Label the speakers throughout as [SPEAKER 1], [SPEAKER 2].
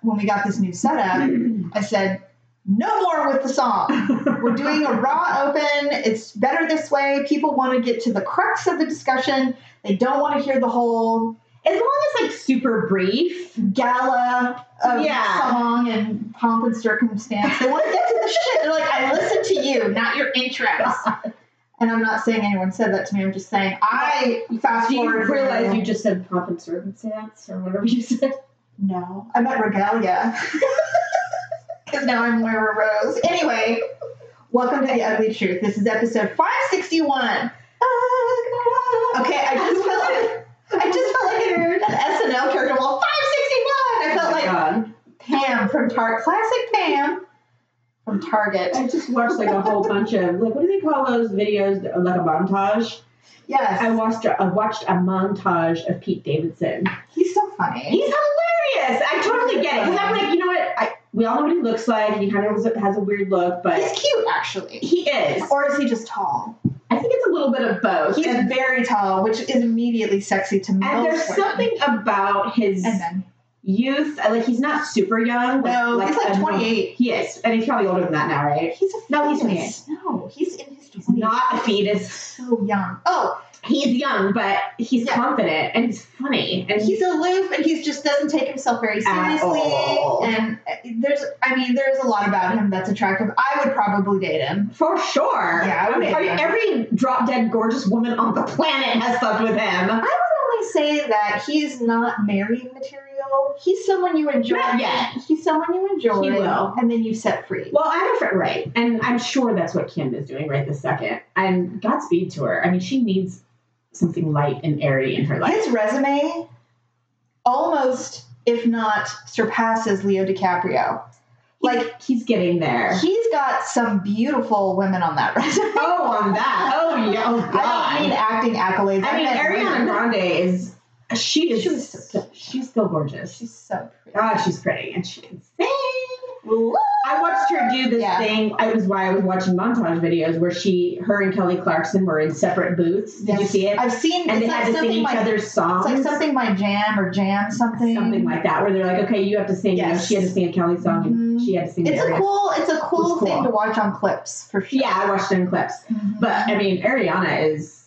[SPEAKER 1] when we got this new setup, I said, no more with the song. We're doing a raw open. It's better this way. People want to get to the crux of the discussion. They don't want to hear the whole
[SPEAKER 2] As long as like super brief.
[SPEAKER 1] gala of
[SPEAKER 2] Yeah.
[SPEAKER 1] song and pomp and circumstance. They want to get to the shit. They're like, I listened to you, not your intros. And I'm not saying anyone said that to me. I'm just saying I fast
[SPEAKER 2] Do you
[SPEAKER 1] forward.
[SPEAKER 2] realize you just said pomp and circumstance or whatever you said?
[SPEAKER 1] No, I meant regalia. Because now I'm Moira Rose. Anyway, welcome to the Ugly Truth. This is episode 561. Okay, I just felt like I just felt like an SNL character. Well, 561. I
[SPEAKER 2] Oh
[SPEAKER 1] felt
[SPEAKER 2] my
[SPEAKER 1] like
[SPEAKER 2] God.
[SPEAKER 1] Pam from Target, classic Pam from Target.
[SPEAKER 2] I just watched like a whole bunch of like what do they call those videos? Like a montage. I
[SPEAKER 1] Yes,
[SPEAKER 2] watched a, I watched a montage of Pete Davidson.
[SPEAKER 1] he's so funny.
[SPEAKER 2] He's hilarious. I totally get it because I'm like, you know what? I we all know what he looks like. He kind of has a, has a weird look,
[SPEAKER 1] He's
[SPEAKER 2] but
[SPEAKER 1] cute, actually.
[SPEAKER 2] he is.
[SPEAKER 1] Or is he just tall?
[SPEAKER 2] I think it's a little bit of both.
[SPEAKER 1] He's
[SPEAKER 2] and,
[SPEAKER 1] very tall, which is immediately sexy to most
[SPEAKER 2] and there's
[SPEAKER 1] women.
[SPEAKER 2] something about his
[SPEAKER 1] Oh, And then
[SPEAKER 2] youth. uh, Like he's not super young. Like,
[SPEAKER 1] no, he's like
[SPEAKER 2] a-
[SPEAKER 1] 28.
[SPEAKER 2] He is, and he's probably older than that now, right?
[SPEAKER 1] He's a
[SPEAKER 2] No, he's
[SPEAKER 1] fetus. No, he's in his 20s.
[SPEAKER 2] He's not a fetus.
[SPEAKER 1] so young. Oh,
[SPEAKER 2] He's young, but he's
[SPEAKER 1] Yeah.
[SPEAKER 2] confident and he's funny and
[SPEAKER 1] he's aloof and he just doesn't take himself very
[SPEAKER 2] At
[SPEAKER 1] seriously.
[SPEAKER 2] all.
[SPEAKER 1] And uh, there's, I mean, there's a lot about him that's attractive. I would probably date him.
[SPEAKER 2] For sure.
[SPEAKER 1] Yeah, I
[SPEAKER 2] I
[SPEAKER 1] would
[SPEAKER 2] mean,
[SPEAKER 1] do
[SPEAKER 2] every,
[SPEAKER 1] that.
[SPEAKER 2] every drop dead gorgeous woman on the planet has slept with him.
[SPEAKER 1] I would only say that he's not married material. He's someone you enjoy.
[SPEAKER 2] Not yet.
[SPEAKER 1] He's someone you enjoy.
[SPEAKER 2] He will.
[SPEAKER 1] And then you set free.
[SPEAKER 2] Well, I have a friend, right? And I'm sure that's what Kim is doing right this second. And Godspeed to her. I mean, she needs something light and airy in her life.
[SPEAKER 1] His resume almost, if not surpasses Leo DiCaprio. Like,
[SPEAKER 2] He's getting there.
[SPEAKER 1] He's got some beautiful women on that resume.
[SPEAKER 2] oh, on that. Oh, yeah. Oh, God.
[SPEAKER 1] I don't mean acting accolades.
[SPEAKER 2] I mean,
[SPEAKER 1] meant
[SPEAKER 2] Ariana
[SPEAKER 1] women.
[SPEAKER 2] Grande is. She is.
[SPEAKER 1] She was so cute.
[SPEAKER 2] she's still gorgeous.
[SPEAKER 1] She's so pretty.
[SPEAKER 2] God, she's pretty and she can sing.
[SPEAKER 1] Love-
[SPEAKER 2] I watched her do this
[SPEAKER 1] Yeah.
[SPEAKER 2] thing. It was why I was watching montage videos where she, her and Kelly Clarkson were in separate booths. Did you
[SPEAKER 1] Yes.
[SPEAKER 2] see it?
[SPEAKER 1] I've seen.
[SPEAKER 2] and
[SPEAKER 1] it's
[SPEAKER 2] they
[SPEAKER 1] like
[SPEAKER 2] had to sing
[SPEAKER 1] something
[SPEAKER 2] each
[SPEAKER 1] my,
[SPEAKER 2] other's songs.
[SPEAKER 1] It's like something my jam or jam something.
[SPEAKER 2] Something like that, where they're like, okay, you have to sing. you know,
[SPEAKER 1] Yes.
[SPEAKER 2] she had to sing a Kelly song and
[SPEAKER 1] Mhm.
[SPEAKER 2] she had to sing.
[SPEAKER 1] It's a
[SPEAKER 2] Ariana.
[SPEAKER 1] cool. It's a cool,
[SPEAKER 2] It's cool.
[SPEAKER 1] thing to watch on clips for sure.
[SPEAKER 2] Yeah, I watched them clips,
[SPEAKER 1] Mhm.
[SPEAKER 2] but I mean, Ariana is,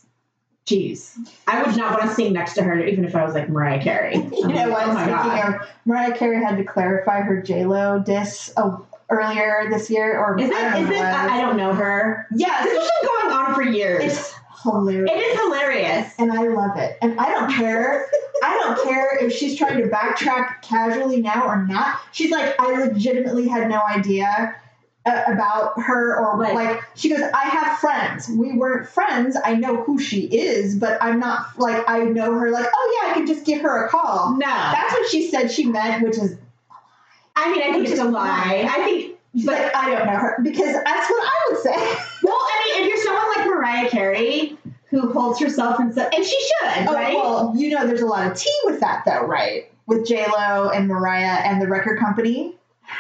[SPEAKER 2] jeez, I would not want to sing next to her, even if I was like Mariah Carey.
[SPEAKER 1] you know what?
[SPEAKER 2] Oh my
[SPEAKER 1] Speaking
[SPEAKER 2] god,
[SPEAKER 1] of, Mariah Carey had to clarify her J Lo diss uh, earlier this year, or
[SPEAKER 2] is it? uh, Is
[SPEAKER 1] I
[SPEAKER 2] it?
[SPEAKER 1] don't know when
[SPEAKER 2] I, I don't know her.
[SPEAKER 1] was. Yes,
[SPEAKER 2] This has been going on for years.
[SPEAKER 1] it's hilarious.
[SPEAKER 2] it is hilarious.
[SPEAKER 1] and I love it. And I don't care. I don't care if she's trying to backtrack casually now or not. She's like, I legitimately had no idea uh, about her or
[SPEAKER 2] Right.
[SPEAKER 1] like she goes, I have friends. We weren't friends. I know who she is, but I'm not like I know her. Like, oh yeah, I could just give her a call.
[SPEAKER 2] No,
[SPEAKER 1] That's what she said she meant, which is
[SPEAKER 2] I mean, I think it's a lie. I think,
[SPEAKER 1] she's
[SPEAKER 2] but
[SPEAKER 1] like, I don't know her because that's what I would say.
[SPEAKER 2] well, I mean, if you're someone like Mariah Carey who holds herself in such, and she should,
[SPEAKER 1] Oh,
[SPEAKER 2] right?
[SPEAKER 1] well, you know, there's a lot of tea with that, though, right? With J Lo and Mariah and the record company,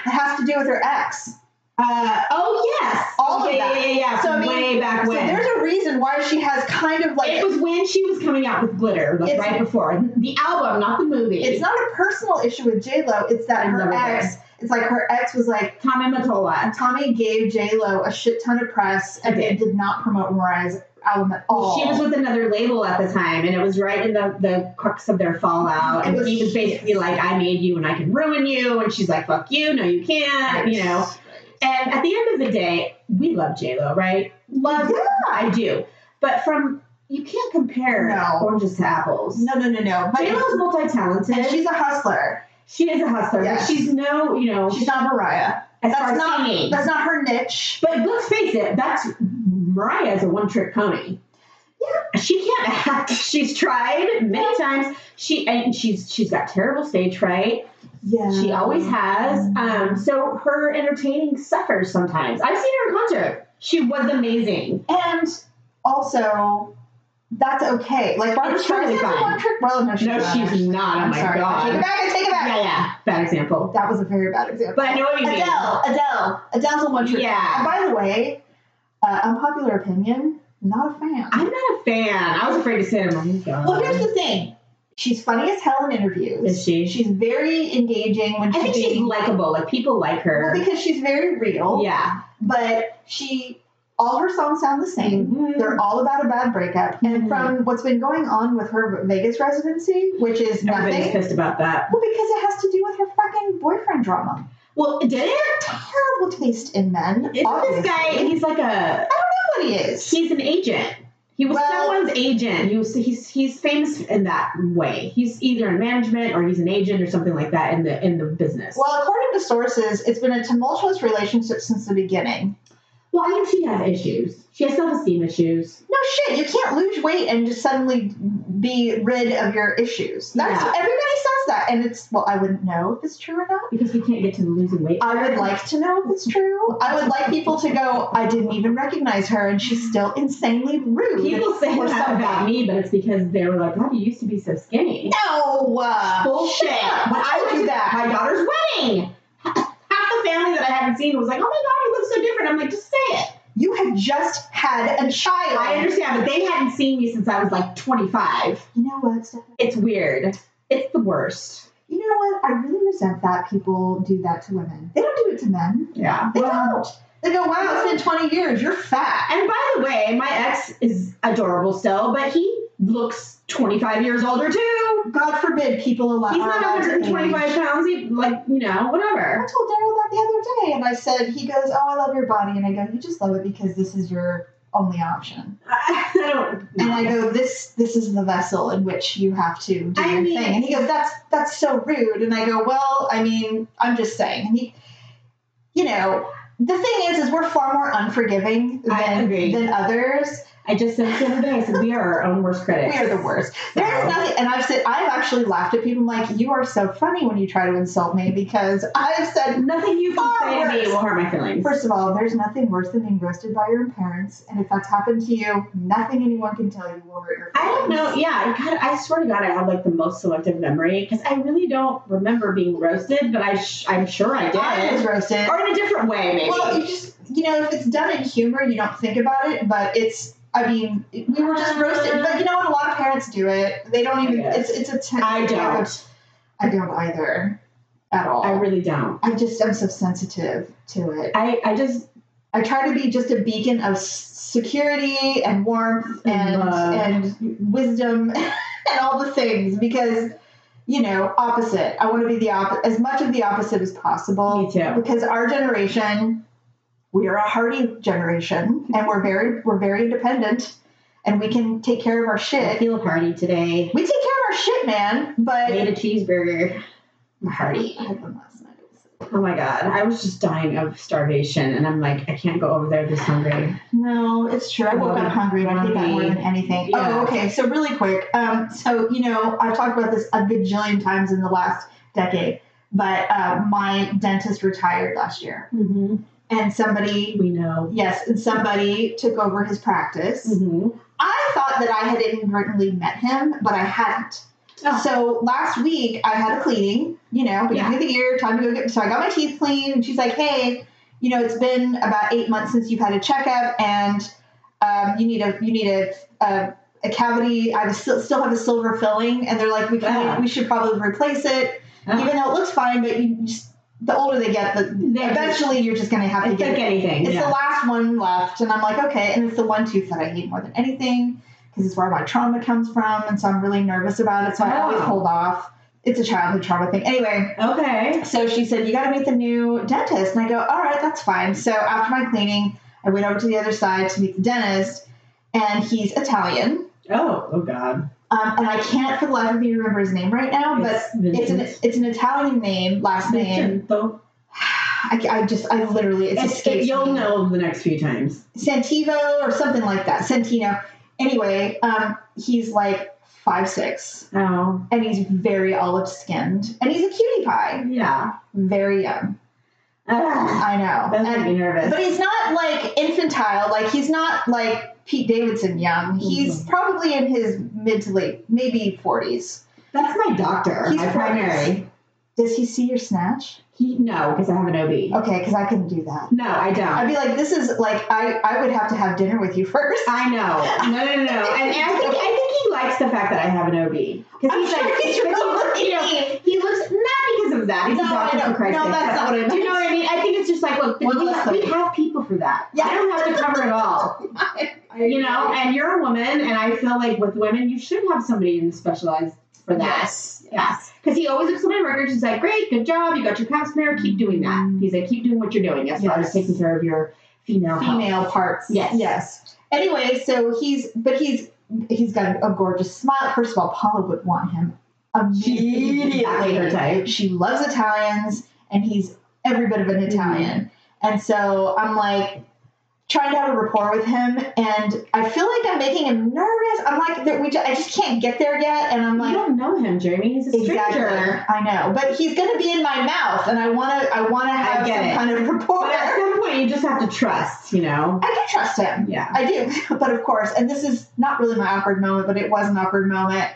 [SPEAKER 1] it has to do with her ex.
[SPEAKER 2] uh, oh yes,
[SPEAKER 1] All of
[SPEAKER 2] yeah,
[SPEAKER 1] that.
[SPEAKER 2] yeah, yeah, yeah.
[SPEAKER 1] So, I mean,
[SPEAKER 2] way back
[SPEAKER 1] So
[SPEAKER 2] when.
[SPEAKER 1] there's a reason why she has kind of like
[SPEAKER 2] it was when she was coming out with Glitter, like
[SPEAKER 1] It's-
[SPEAKER 2] right before the album, not the movie.
[SPEAKER 1] it's not a personal issue with J Lo. It's that
[SPEAKER 2] I
[SPEAKER 1] her
[SPEAKER 2] love her.
[SPEAKER 1] ex. It's like her ex was like
[SPEAKER 2] Tommy Mottola.
[SPEAKER 1] Tommy gave J Lo a shit ton of press, and
[SPEAKER 2] Okay.
[SPEAKER 1] they did not promote Mariah's album at all.
[SPEAKER 2] She was with another label at the time, and it was right in the, the crux of their fallout.
[SPEAKER 1] It
[SPEAKER 2] And
[SPEAKER 1] was
[SPEAKER 2] he was basically
[SPEAKER 1] huge.
[SPEAKER 2] like, "I made you, and I can ruin you," and she's like, "Fuck you, no, you can't," you know. And at the end of the day, we love J Lo, right? Love,
[SPEAKER 1] Yeah.
[SPEAKER 2] I do. But from you can't compare
[SPEAKER 1] No.
[SPEAKER 2] oranges to apples.
[SPEAKER 1] No, no, no, no.
[SPEAKER 2] J
[SPEAKER 1] But
[SPEAKER 2] Lo's multi
[SPEAKER 1] and
[SPEAKER 2] talented.
[SPEAKER 1] she's a hustler.
[SPEAKER 2] She is a hustler. but
[SPEAKER 1] Yes.
[SPEAKER 2] She's no, you know,
[SPEAKER 1] She's not Mariah.
[SPEAKER 2] as far
[SPEAKER 1] That's
[SPEAKER 2] as
[SPEAKER 1] not
[SPEAKER 2] singing.
[SPEAKER 1] that's not her niche.
[SPEAKER 2] But let's face it, that's Mariah's a one trick pony. Yeah. She can't act. She's tried many times. She and she's she's got terrible stage fright.
[SPEAKER 1] Yeah,
[SPEAKER 2] She always has. Um, so her entertaining suffers sometimes. I've seen her in concert. She was amazing.
[SPEAKER 1] And also, that's okay. Like Barbara
[SPEAKER 2] It's totally
[SPEAKER 1] Streisand's
[SPEAKER 2] fine.
[SPEAKER 1] a one trick. Well, no, she's
[SPEAKER 2] No,
[SPEAKER 1] not.
[SPEAKER 2] she's not. Oh
[SPEAKER 1] I'm
[SPEAKER 2] my
[SPEAKER 1] sorry. I
[SPEAKER 2] god.
[SPEAKER 1] take it back. I take it back.
[SPEAKER 2] Yeah, yeah. Bad example.
[SPEAKER 1] That was a very bad example.
[SPEAKER 2] But I know what you mean.
[SPEAKER 1] Adele, Adele, Adele's a one trick.
[SPEAKER 2] Yeah.
[SPEAKER 1] And by the way, uh, unpopular opinion. Not a fan.
[SPEAKER 2] I'm not a fan. I was afraid to say it. I'm like, oh my god.
[SPEAKER 1] well, here's the thing. She's funny as hell in interviews.
[SPEAKER 2] Is she?
[SPEAKER 1] She's very engaging when
[SPEAKER 2] I
[SPEAKER 1] she's
[SPEAKER 2] think she's
[SPEAKER 1] being-
[SPEAKER 2] likable. Like people like
[SPEAKER 1] well,
[SPEAKER 2] her.
[SPEAKER 1] because she's very real.
[SPEAKER 2] Yeah.
[SPEAKER 1] But she, all her songs sound the same.
[SPEAKER 2] Mhm.
[SPEAKER 1] They're all about a bad breakup. And
[SPEAKER 2] Mhm.
[SPEAKER 1] from what's been going on with her Vegas residency, which is nothing.
[SPEAKER 2] Everybody's pissed about that.
[SPEAKER 1] Well, because it has to do with her fucking boyfriend drama.
[SPEAKER 2] Well, did it?
[SPEAKER 1] Terrible taste in men.
[SPEAKER 2] Is
[SPEAKER 1] obviously.
[SPEAKER 2] this guy? He's like a.
[SPEAKER 1] Nobody is.
[SPEAKER 2] He's an agent. He was
[SPEAKER 1] Well-
[SPEAKER 2] someone's agent. He was. He's he's famous in that way. He's either in management or he's an agent or something like that in the in the business.
[SPEAKER 1] Well, according to sources, it's been a tumultuous relationship since the beginning.
[SPEAKER 2] Well, I think she has issues. She has self esteem issues.
[SPEAKER 1] No shit, you can't lose weight and just suddenly be rid of your issues. That's
[SPEAKER 2] Yeah.
[SPEAKER 1] everybody says that, and it's well, I wouldn't know if it's true or not.
[SPEAKER 2] Because we can't get to the losing weight.
[SPEAKER 1] I would like to know if it's true. I would like people to go, I didn't even recognize her, and she's still insanely rude.
[SPEAKER 2] People say
[SPEAKER 1] Or
[SPEAKER 2] that
[SPEAKER 1] something.
[SPEAKER 2] about me, but it's because they were like, "God, you used to be so skinny."
[SPEAKER 1] No, uh,
[SPEAKER 2] Bullshit. When
[SPEAKER 1] up.
[SPEAKER 2] I
[SPEAKER 1] Don't
[SPEAKER 2] went
[SPEAKER 1] do
[SPEAKER 2] to
[SPEAKER 1] that.
[SPEAKER 2] my daughter's wedding, half the family that I hadn't seen was like, "Oh my God, you look so different." I'm like, "Just say it."
[SPEAKER 1] you have just had a child.
[SPEAKER 2] I understand, but they hadn't seen me since I was like 25.
[SPEAKER 1] You know what? Stephanie?
[SPEAKER 2] It's weird. It's the worst.
[SPEAKER 1] You know what? I really resent that people do that to women. They don't do it to men.
[SPEAKER 2] Yeah.
[SPEAKER 1] They don't. They go, wow, it's been 20 years. You're fat.
[SPEAKER 2] And by the way, my ex is adorable still, but he looks 25 years older too.
[SPEAKER 1] God forbid people allow.
[SPEAKER 2] He's not 125 pounds. He, like, you know,
[SPEAKER 1] I
[SPEAKER 2] whatever.
[SPEAKER 1] told Daryl that the other day, and I said, he goes, "Oh, I love your body," and I go, "You just love it because this is your only option."
[SPEAKER 2] I, I don't.
[SPEAKER 1] And I go, "This, this is the vessel in which you have to do
[SPEAKER 2] I
[SPEAKER 1] your
[SPEAKER 2] mean-
[SPEAKER 1] thing." And he goes, "That's that's so rude." And I go, "Well, I mean, I'm just saying." And he, you know, the thing is, is we're far more unforgiving
[SPEAKER 2] I
[SPEAKER 1] than
[SPEAKER 2] agree.
[SPEAKER 1] than others.
[SPEAKER 2] I just said the other day, I said, we are our own worst critics.
[SPEAKER 1] We are the worst. There is
[SPEAKER 2] So-
[SPEAKER 1] nothing, and I've said I've actually laughed at people like you are so funny when you try to insult me because I've said
[SPEAKER 2] Nothing you can
[SPEAKER 1] Far
[SPEAKER 2] say to
[SPEAKER 1] worse.
[SPEAKER 2] me will hurt my feelings.
[SPEAKER 1] first of all, there's nothing worse than being roasted by your own parents, and if that's happened to you, nothing anyone can tell you will hurt your.
[SPEAKER 2] I
[SPEAKER 1] Feelings.
[SPEAKER 2] don't know. Yeah, I, God, I swear to God, I have like the most selective memory because I really don't remember being roasted, but I sh- I'm sure I
[SPEAKER 1] I was
[SPEAKER 2] did,
[SPEAKER 1] roasted.
[SPEAKER 2] or in a different way maybe.
[SPEAKER 1] Well, you just you know if it's done in humor, you don't think about it, but it's. I mean, we were just roasted, but you know what? A lot of parents do it. They don't even. It's it's a. ten-
[SPEAKER 2] I don't.
[SPEAKER 1] I don't either, at all.
[SPEAKER 2] I really don't.
[SPEAKER 1] I just I'm so sensitive to it.
[SPEAKER 2] I, I just
[SPEAKER 1] I try to be just a beacon of s- security and warmth and
[SPEAKER 2] And love.
[SPEAKER 1] and wisdom and all the things because you know opposite. I want to be the op- as much of the opposite as possible
[SPEAKER 2] me too.
[SPEAKER 1] because our generation we are a hardy generation and we're very we're very independent and we can take care of our
[SPEAKER 2] I
[SPEAKER 1] shit.
[SPEAKER 2] feel hearty today.
[SPEAKER 1] We take care of our shit, man.
[SPEAKER 2] I
[SPEAKER 1] But
[SPEAKER 2] ate a cheeseburger. I'm hearty.
[SPEAKER 1] I had one last night. It was-
[SPEAKER 2] Oh my god, I was just dying of starvation, and I'm like, I can't go over there this hungry.
[SPEAKER 1] No, it's true. I woke up hungry, and I think that more than anything.
[SPEAKER 2] Yeah.
[SPEAKER 1] Oh, okay. So really quick. Um, so you know, I've talked about this a gajillion times in the last decade, but uh, my dentist retired last year,
[SPEAKER 2] Mm-hmm.
[SPEAKER 1] and somebody,
[SPEAKER 2] We know.
[SPEAKER 1] yes, and somebody took over his practice.
[SPEAKER 2] Mm-hmm.
[SPEAKER 1] I thought that I had inadvertently met him, but I hadn't.
[SPEAKER 2] Oh.
[SPEAKER 1] So last week I had a cleaning, you know, beginning of the year, time to go get. So I got my teeth cleaned, and she's like, "Hey, you know, it's been about eight months since you've had a checkup, and um, you need a you need a a, a cavity. I was still still have a silver filling, and they're like, we can,
[SPEAKER 2] Ah.
[SPEAKER 1] we should probably replace it,
[SPEAKER 2] Ah.
[SPEAKER 1] even though it looks fine, but you just the older they get, the,
[SPEAKER 2] They-
[SPEAKER 1] eventually you're just going to have to
[SPEAKER 2] It's
[SPEAKER 1] get
[SPEAKER 2] like anything.
[SPEAKER 1] it's
[SPEAKER 2] yeah.
[SPEAKER 1] the last one left, and I'm like, okay, and it's the one tooth that I hate more than anything because it's where my trauma comes from, and so I'm really nervous about it. So I always
[SPEAKER 2] Oh.
[SPEAKER 1] hold off. It's a childhood trauma thing. Anyway,
[SPEAKER 2] okay.
[SPEAKER 1] so she said you got to meet the new dentist, and I go, all right, that's fine. So after my cleaning, I went over to the other side to meet the dentist, and he's Italian,
[SPEAKER 2] Oh, oh God.
[SPEAKER 1] um, and I can't for the life of me remember his name right now, but.
[SPEAKER 2] It's
[SPEAKER 1] It's an
[SPEAKER 2] Vincent.
[SPEAKER 1] it's an Italian name, last name.
[SPEAKER 2] Vincenzo.
[SPEAKER 1] I, I just I literally it's,
[SPEAKER 2] It's-
[SPEAKER 1] escapes
[SPEAKER 2] you'll
[SPEAKER 1] me.
[SPEAKER 2] know the next few times.
[SPEAKER 1] Santivo or something like that. Santino. Anyway, um, he's like five six,
[SPEAKER 2] Oh,
[SPEAKER 1] and he's very olive skinned, and he's a cutie pie,
[SPEAKER 2] yeah.
[SPEAKER 1] very young.
[SPEAKER 2] Ugh,
[SPEAKER 1] I know,
[SPEAKER 2] that makes
[SPEAKER 1] And-
[SPEAKER 2] me nervous.
[SPEAKER 1] but he's not like infantile. Like he's not like Pete Davidson young. He's probably in his mid to late, maybe forties.
[SPEAKER 2] That's my doctor.
[SPEAKER 1] He's
[SPEAKER 2] my
[SPEAKER 1] private.
[SPEAKER 2] primary.
[SPEAKER 1] Does he see your snatch?
[SPEAKER 2] He no, because I have an OB.
[SPEAKER 1] Okay, because I couldn't do that.
[SPEAKER 2] No, I don't.
[SPEAKER 1] I'd be like, this is like I I would have to have dinner with you first.
[SPEAKER 2] I know. No, no, no, no. And, and I think I think he likes the fact that I have an OB because
[SPEAKER 1] I'm
[SPEAKER 2] he's
[SPEAKER 1] sure
[SPEAKER 2] like
[SPEAKER 1] he's
[SPEAKER 2] because
[SPEAKER 1] really-
[SPEAKER 2] he, you know, he- he looks not because of that. He's
[SPEAKER 1] No,
[SPEAKER 2] a doctor
[SPEAKER 1] I know.
[SPEAKER 2] for Christ's
[SPEAKER 1] No,
[SPEAKER 2] sake.
[SPEAKER 1] that's not what I
[SPEAKER 2] Do you know what I mean? I think it's just like look,
[SPEAKER 1] One
[SPEAKER 2] we,
[SPEAKER 1] less
[SPEAKER 2] we
[SPEAKER 1] thing.
[SPEAKER 2] have people for that.
[SPEAKER 1] Yeah.
[SPEAKER 2] I don't have to cover it all. You know, and you're a woman, and I feel like with women you should have somebody in specialized for that.
[SPEAKER 1] Yes. Yes.
[SPEAKER 2] Because he always looks at my records. He's like, "Great, good job. You got your pap smear. Keep doing that." He's like, "Keep doing what you're doing. Yes, I'm
[SPEAKER 1] Yes.
[SPEAKER 2] taking care of your female health."
[SPEAKER 1] Female parts.
[SPEAKER 2] Yes.
[SPEAKER 1] Yes. Anyway, so he's but he's he's got a gorgeous smile. First of all, Paula would want him
[SPEAKER 2] She's exactly her
[SPEAKER 1] immediately.
[SPEAKER 2] type.
[SPEAKER 1] She loves Italians, and he's every bit of an Italian. And so I'm like trying to have a rapport with him, and I feel like I'm making him nervous. I'm like, that we just, I just can't get there yet, and I'm
[SPEAKER 2] You
[SPEAKER 1] like.
[SPEAKER 2] don't know him, Jeremy. He's a
[SPEAKER 1] Exactly.
[SPEAKER 2] stranger.
[SPEAKER 1] I know, but he's going to be in my mouth, and I want to. I want to have
[SPEAKER 2] get
[SPEAKER 1] some
[SPEAKER 2] it.
[SPEAKER 1] kind of rapport.
[SPEAKER 2] But at some point, you just have to trust. You know.
[SPEAKER 1] I do trust him.
[SPEAKER 2] Yeah.
[SPEAKER 1] I do. But of course, and this is not really my awkward moment, but it was an awkward moment.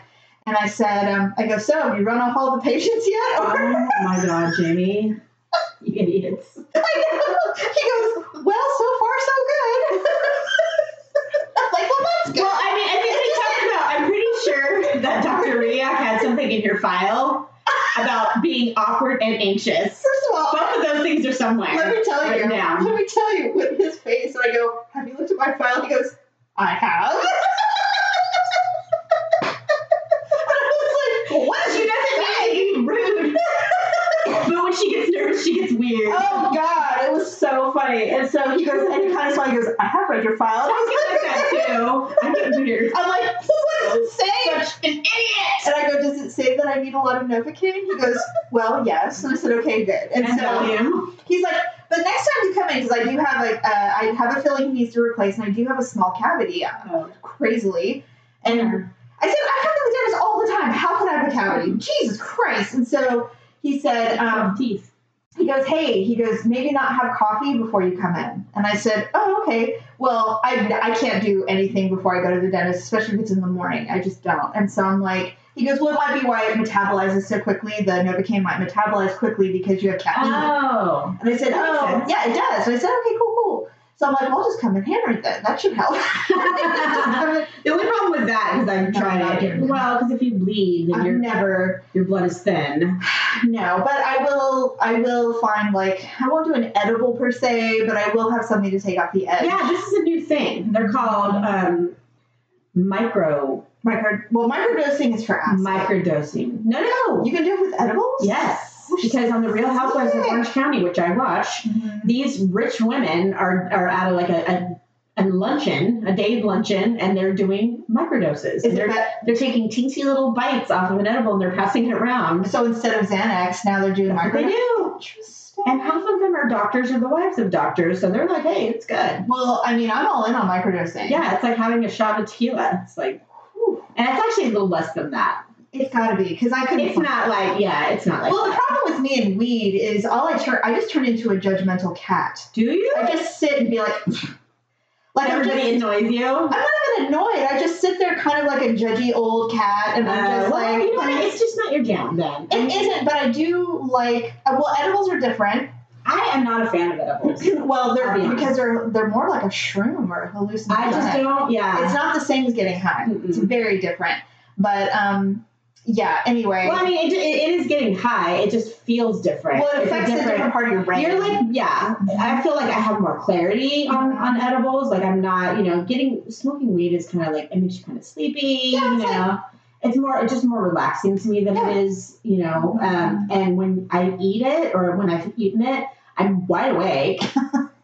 [SPEAKER 1] And I said, um, I go, so have you run off all the patients yet? Or
[SPEAKER 2] Oh my God, Jamie. You idiots.
[SPEAKER 1] I know. He goes, well, so far so good. I'm like, well, that's good.
[SPEAKER 2] Well, I mean, I think we talked about. I'm pretty sure that Dr. Riak had something in your file about being awkward and anxious.
[SPEAKER 1] First of all,
[SPEAKER 2] Both of those things are somewhere.
[SPEAKER 1] let me tell you.
[SPEAKER 2] written down.
[SPEAKER 1] Let me tell you with his face. And I go, have you looked at my file? He goes, I have. and I was like, what did
[SPEAKER 2] She
[SPEAKER 1] you
[SPEAKER 2] doesn't mean to be rude. but when she gets nervous, she gets weird.
[SPEAKER 1] Oh God, it was so funny. And so he goes, and he kind of smiles. He goes, "I have read your file." And I
[SPEAKER 2] I
[SPEAKER 1] was
[SPEAKER 2] get like that too. I get weird.
[SPEAKER 1] I'm like, well, what does it say?
[SPEAKER 2] Such an idiot!
[SPEAKER 1] And I go, does it say that I need a lot of Novocaine? He goes, well, yes. And I said, okay, good. And
[SPEAKER 2] And
[SPEAKER 1] so
[SPEAKER 2] Valium.
[SPEAKER 1] he's like, but next time you come in, because I do have like, uh, I have a filling he needs to replace, and I do have a small cavity, uh,
[SPEAKER 2] Um,
[SPEAKER 1] crazily. And I said, I come to the dentist all the time. How could I have a cavity? Jesus Christ! And so he said, um,
[SPEAKER 2] Um, teeth.
[SPEAKER 1] he goes, hey, he goes, maybe not have coffee before you come in. And I said, oh, okay. Well, I, I can't do anything before I go to the dentist, especially if it's in the morning. I just don't. And so I'm like, he goes, well, it might be why it metabolizes so quickly. The Novocaine might metabolize quickly because you have caffeine.
[SPEAKER 2] Oh.
[SPEAKER 1] and I said,
[SPEAKER 2] That makes
[SPEAKER 1] oh,
[SPEAKER 2] sense.
[SPEAKER 1] yeah, it does. And I said, okay, cool, cool. So I'm like, well, I'll just come in hammered then. That should help.
[SPEAKER 2] The only problem with that is I've
[SPEAKER 1] No, not
[SPEAKER 2] tried it.
[SPEAKER 1] doing that.
[SPEAKER 2] Well, because if you bleed, then
[SPEAKER 1] I've
[SPEAKER 2] your,
[SPEAKER 1] never
[SPEAKER 2] your blood is thin.
[SPEAKER 1] No, but I will. I will find like I won't do an edible per se, but I will have something to take off the edge.
[SPEAKER 2] Yeah, this is a new thing. They're called um, micro
[SPEAKER 1] Micro. Well, microdosing is for acid.
[SPEAKER 2] microdosing. No, no.
[SPEAKER 1] You can do it with edibles.
[SPEAKER 2] yes. Because on the Real Housewives of Orange County, which I watch,
[SPEAKER 1] Mhm.
[SPEAKER 2] these rich women are are at a, like a, a, a luncheon, a day luncheon, and they're doing microdoses.
[SPEAKER 1] Is it
[SPEAKER 2] they're
[SPEAKER 1] bet-
[SPEAKER 2] they're taking teensy little bites off of an edible and they're passing it around.
[SPEAKER 1] so instead of Xanax, now they're doing
[SPEAKER 2] They
[SPEAKER 1] microdosing.
[SPEAKER 2] do.
[SPEAKER 1] Interesting.
[SPEAKER 2] And half of them are doctors or the wives of doctors, so they're like, hey, it's good.
[SPEAKER 1] well, I mean, I'm all in on microdosing.
[SPEAKER 2] Yeah, it's like having a shot of tequila. It's like,
[SPEAKER 1] Whew.
[SPEAKER 2] and it's actually a little less than that.
[SPEAKER 1] it's gotta be because I couldn't.
[SPEAKER 2] It's
[SPEAKER 1] find-
[SPEAKER 2] not like, yeah, it's not like.
[SPEAKER 1] Well, the problem with me and weed is all I turn. I just turn into a judgmental cat.
[SPEAKER 2] do you?
[SPEAKER 1] I just sit and be like, like I'm just-
[SPEAKER 2] Everybody annoys you.
[SPEAKER 1] I'm not even annoyed. I just sit there kind of like a judgy old cat and I'm
[SPEAKER 2] Uh,
[SPEAKER 1] just
[SPEAKER 2] well,
[SPEAKER 1] like
[SPEAKER 2] you know what? It's just not your jam then.
[SPEAKER 1] it isn't, but I do like uh, well edibles are different.
[SPEAKER 2] I am not a fan of edibles.
[SPEAKER 1] well they're
[SPEAKER 2] I'll be honest.
[SPEAKER 1] because they're they're more like a shroom or a hallucination.
[SPEAKER 2] I just don't, yeah.
[SPEAKER 1] it's not the same as getting high. It's
[SPEAKER 2] Mm-mm.
[SPEAKER 1] very different. But um yeah, anyway.
[SPEAKER 2] Well, I mean, it, ju- it, it is getting high. It just feels different.
[SPEAKER 1] Well, it
[SPEAKER 2] It's a
[SPEAKER 1] affects a different part of your brain.
[SPEAKER 2] You're like, yeah. I feel like I have more clarity on, on edibles. Like I'm not, you know, getting smoking weed is kind of like it makes you kind of sleepy.
[SPEAKER 1] Yeah,
[SPEAKER 2] you
[SPEAKER 1] it's
[SPEAKER 2] know, it's more it's just more relaxing to me than it is, you know. Um, and when I eat it or when I've eaten it, I'm wide awake.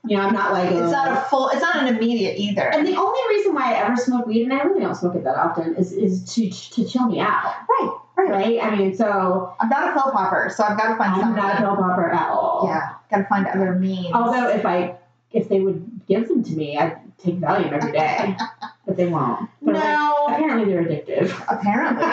[SPEAKER 2] you know, I'm not like
[SPEAKER 1] it's
[SPEAKER 2] uh,
[SPEAKER 1] not a full it's not an immediate either.
[SPEAKER 2] and the only reason why I ever smoke weed, and I really don't smoke it that often, is is to to chill me out,
[SPEAKER 1] right, right.
[SPEAKER 2] right? I mean, so
[SPEAKER 1] I'm not a pill popper, so I've gotta find
[SPEAKER 2] I'm
[SPEAKER 1] something.
[SPEAKER 2] not a pill popper at all.
[SPEAKER 1] yeah, gotta find other means.
[SPEAKER 2] Although if I if they would give them to me, I'd take Valium every day. but they won't. But like,
[SPEAKER 1] no,
[SPEAKER 2] apparently they're addictive.
[SPEAKER 1] apparently.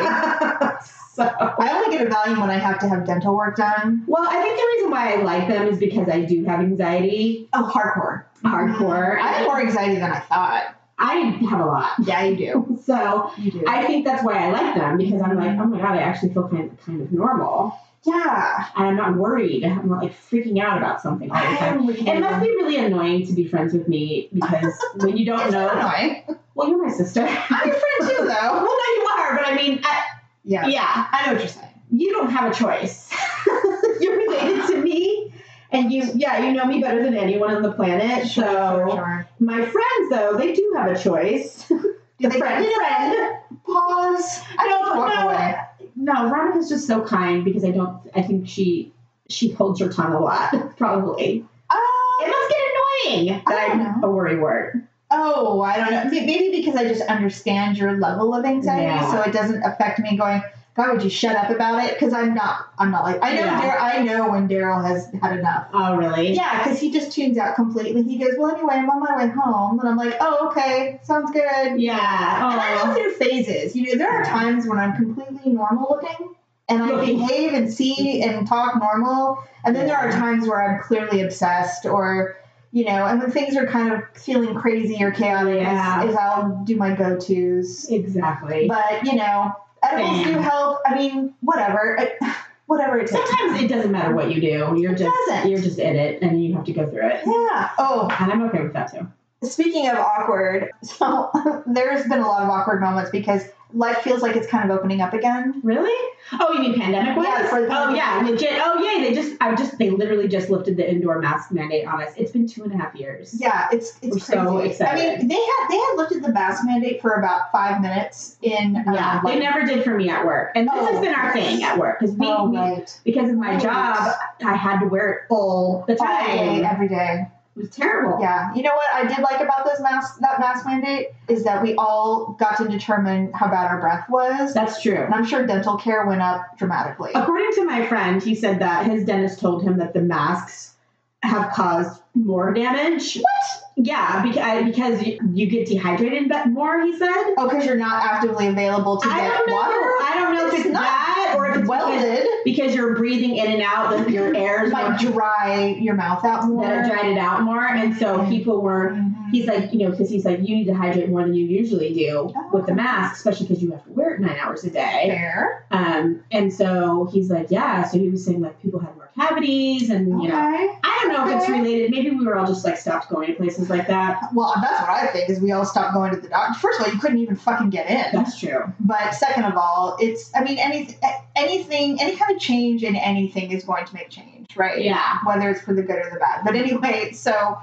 [SPEAKER 2] so
[SPEAKER 1] I only get a value when I have to have dental work done.
[SPEAKER 2] well, I think the reason why I like them is because I do have anxiety
[SPEAKER 1] Oh, hardcore.
[SPEAKER 2] hardcore.
[SPEAKER 1] I have more anxiety than I thought.
[SPEAKER 2] I have a lot.
[SPEAKER 1] Yeah, you do.
[SPEAKER 2] So
[SPEAKER 1] You do.
[SPEAKER 2] I think that's why I like them because I'm like, oh my god, I actually feel kind of, kind of normal.
[SPEAKER 1] Yeah.
[SPEAKER 2] and I'm not worried. I'm not like freaking out about something all the time.
[SPEAKER 1] I'm with
[SPEAKER 2] It
[SPEAKER 1] you.
[SPEAKER 2] must be really annoying to be friends with me because when you don't
[SPEAKER 1] It's not
[SPEAKER 2] know,
[SPEAKER 1] annoying.
[SPEAKER 2] well, you're my sister.
[SPEAKER 1] I'm your friend too,
[SPEAKER 2] well,
[SPEAKER 1] though.
[SPEAKER 2] no, you are, but I mean, I,
[SPEAKER 1] Yeah.
[SPEAKER 2] yeah,
[SPEAKER 1] I know what you're saying.
[SPEAKER 2] you don't have a choice. you're related to me, and you, yeah, you know me better than anyone on the planet.
[SPEAKER 1] Sure,
[SPEAKER 2] So
[SPEAKER 1] sure.
[SPEAKER 2] my friends, though, they do have a choice.
[SPEAKER 1] Do they
[SPEAKER 2] friend,
[SPEAKER 1] you know,
[SPEAKER 2] friend.
[SPEAKER 1] pause?
[SPEAKER 2] I don't
[SPEAKER 1] Walk
[SPEAKER 2] know.
[SPEAKER 1] away.
[SPEAKER 2] No, Veronica's just so kind because I don't. I think she she holds her tongue a lot, probably. It
[SPEAKER 1] Oh,
[SPEAKER 2] must get annoying that
[SPEAKER 1] I don't
[SPEAKER 2] I'm a worry wart.
[SPEAKER 1] oh, I don't know. May- Maybe because I just understand your level of anxiety,
[SPEAKER 2] Yeah.
[SPEAKER 1] so it doesn't affect me going. God, would you shut up about it? Because I'm not. I'm not like I know.
[SPEAKER 2] Yeah.
[SPEAKER 1] Dar- I know when Daryl has had enough.
[SPEAKER 2] Oh, really?
[SPEAKER 1] Yeah, because he just tunes out completely. He goes, "Well, anyway, I'm on my way home," and I'm like, "Oh, okay, sounds good." And Oh, I go
[SPEAKER 2] Yeah.
[SPEAKER 1] through phases. You know, there are times when I'm completely normal looking and I
[SPEAKER 2] Looking.
[SPEAKER 1] behave and see and talk normal. And then there are
[SPEAKER 2] Yeah.
[SPEAKER 1] times where I'm clearly obsessed or, you know, and when things are kind of feeling crazy or chaotic, is-
[SPEAKER 2] Yeah.
[SPEAKER 1] is, I'll do my go tos.
[SPEAKER 2] Oh, exactly.
[SPEAKER 1] But, you know, edibles
[SPEAKER 2] Same.
[SPEAKER 1] do help. I mean, whatever. I, whatever it takes.
[SPEAKER 2] Sometimes it doesn't matter what you do. You're just
[SPEAKER 1] doesn't.
[SPEAKER 2] you're just in it, and you have to go through it.
[SPEAKER 1] Yeah. Oh,
[SPEAKER 2] And I'm okay with that too.
[SPEAKER 1] Speaking of awkward, so there's been a lot of awkward moments because life feels like it's kind of opening up again.
[SPEAKER 2] Really? Oh, you mean pandemic ones?
[SPEAKER 1] Yeah, for the
[SPEAKER 2] oh
[SPEAKER 1] pandemic.
[SPEAKER 2] yeah, legit. Oh yay! They just I just they literally just lifted the indoor mask mandate on us. It's been two and a half years.
[SPEAKER 1] Yeah, it's it's
[SPEAKER 2] We're
[SPEAKER 1] crazy.
[SPEAKER 2] so
[SPEAKER 1] I
[SPEAKER 2] excited.
[SPEAKER 1] mean, they had they had lifted the mask mandate for about five minutes in. Um,
[SPEAKER 2] Yeah,
[SPEAKER 1] like-
[SPEAKER 2] they never did for me at work, and this
[SPEAKER 1] Oh.
[SPEAKER 2] has been our thing at work because we,
[SPEAKER 1] Oh,
[SPEAKER 2] we-
[SPEAKER 1] right.
[SPEAKER 2] because of my
[SPEAKER 1] Right.
[SPEAKER 2] job I had to wear it all the
[SPEAKER 1] All
[SPEAKER 2] time.
[SPEAKER 1] day, every day.
[SPEAKER 2] It was terrible.
[SPEAKER 1] Yeah. You know what I did like about those masks that mask mandate is that we all got to determine how bad our breath was.
[SPEAKER 2] That's true.
[SPEAKER 1] And I'm sure dental care went up dramatically.
[SPEAKER 2] According to my friend, he said that his dentist told him that the masks have caused more damage. What? Yeah, because because you, you get dehydrated be- more. He said.
[SPEAKER 1] Oh, because you're not actively available to
[SPEAKER 2] I
[SPEAKER 1] get
[SPEAKER 2] don't know.
[SPEAKER 1] water.
[SPEAKER 2] I don't know if
[SPEAKER 1] It's
[SPEAKER 2] it's
[SPEAKER 1] not
[SPEAKER 2] that or if it's because,
[SPEAKER 1] Welded.
[SPEAKER 2] because you're breathing in and out. That your air is
[SPEAKER 1] like
[SPEAKER 2] more-
[SPEAKER 1] dry your Mm-hmm. mouth out more.
[SPEAKER 2] that it dried it out more, and so people were.
[SPEAKER 1] Mhm.
[SPEAKER 2] He's like, you know, because he's like, you need to hydrate more than you usually do
[SPEAKER 1] Oh,
[SPEAKER 2] with the mask, especially because you have to wear it nine hours a day.
[SPEAKER 1] fair.
[SPEAKER 2] Um, and so he's like, yeah. So he was saying like people had more cavities, and you know,
[SPEAKER 1] Okay.
[SPEAKER 2] I don't know if it's
[SPEAKER 1] Okay.
[SPEAKER 2] related. Maybe we were all just like stopped going to places like that.
[SPEAKER 1] Well, that's what I think is we all stopped going to the doctor. First of all, you couldn't even fucking get in.
[SPEAKER 2] That's true.
[SPEAKER 1] But second of all, it's I mean any anything any kind of change in anything is going to make change, right?
[SPEAKER 2] Yeah.
[SPEAKER 1] Whether it's for the good or the bad. But anyway, so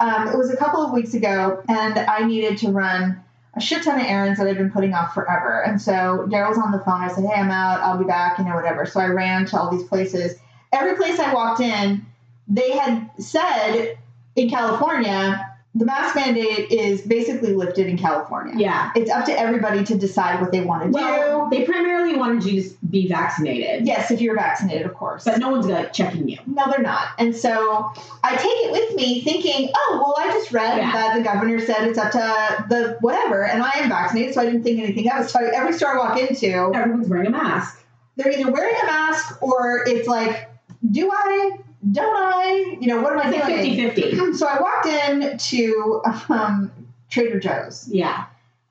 [SPEAKER 1] um, it was a couple of weeks ago, and I needed to run a shit ton of errands that I've been putting off forever. And so Daryl's on the phone. I said, "Hey, I'm out. I'll be back. You know, whatever." So I ran to all these places. Every place I walked in, they had said in California the mask mandate is basically lifted in California.
[SPEAKER 2] Yeah.
[SPEAKER 1] It's up to everybody to decide what they want to
[SPEAKER 2] Well,
[SPEAKER 1] do.
[SPEAKER 2] they primarily wanted you to s- be vaccinated,
[SPEAKER 1] Yes, if you're vaccinated, of course.
[SPEAKER 2] but no one's like checking you.
[SPEAKER 1] No, they're not. And so I take it with me thinking, oh, well, I just read
[SPEAKER 2] Yeah.
[SPEAKER 1] that the governor said it's up to the whatever, and I am vaccinated, so I didn't think anything of it. So every store I walk into,
[SPEAKER 2] Everyone's wearing a mask.
[SPEAKER 1] they're either wearing a mask or it's like, do I? Don't I? You know, what am I
[SPEAKER 2] It's like
[SPEAKER 1] doing?
[SPEAKER 2] 50-50.
[SPEAKER 1] So I walked in to um, Trader Joe's
[SPEAKER 2] Yeah.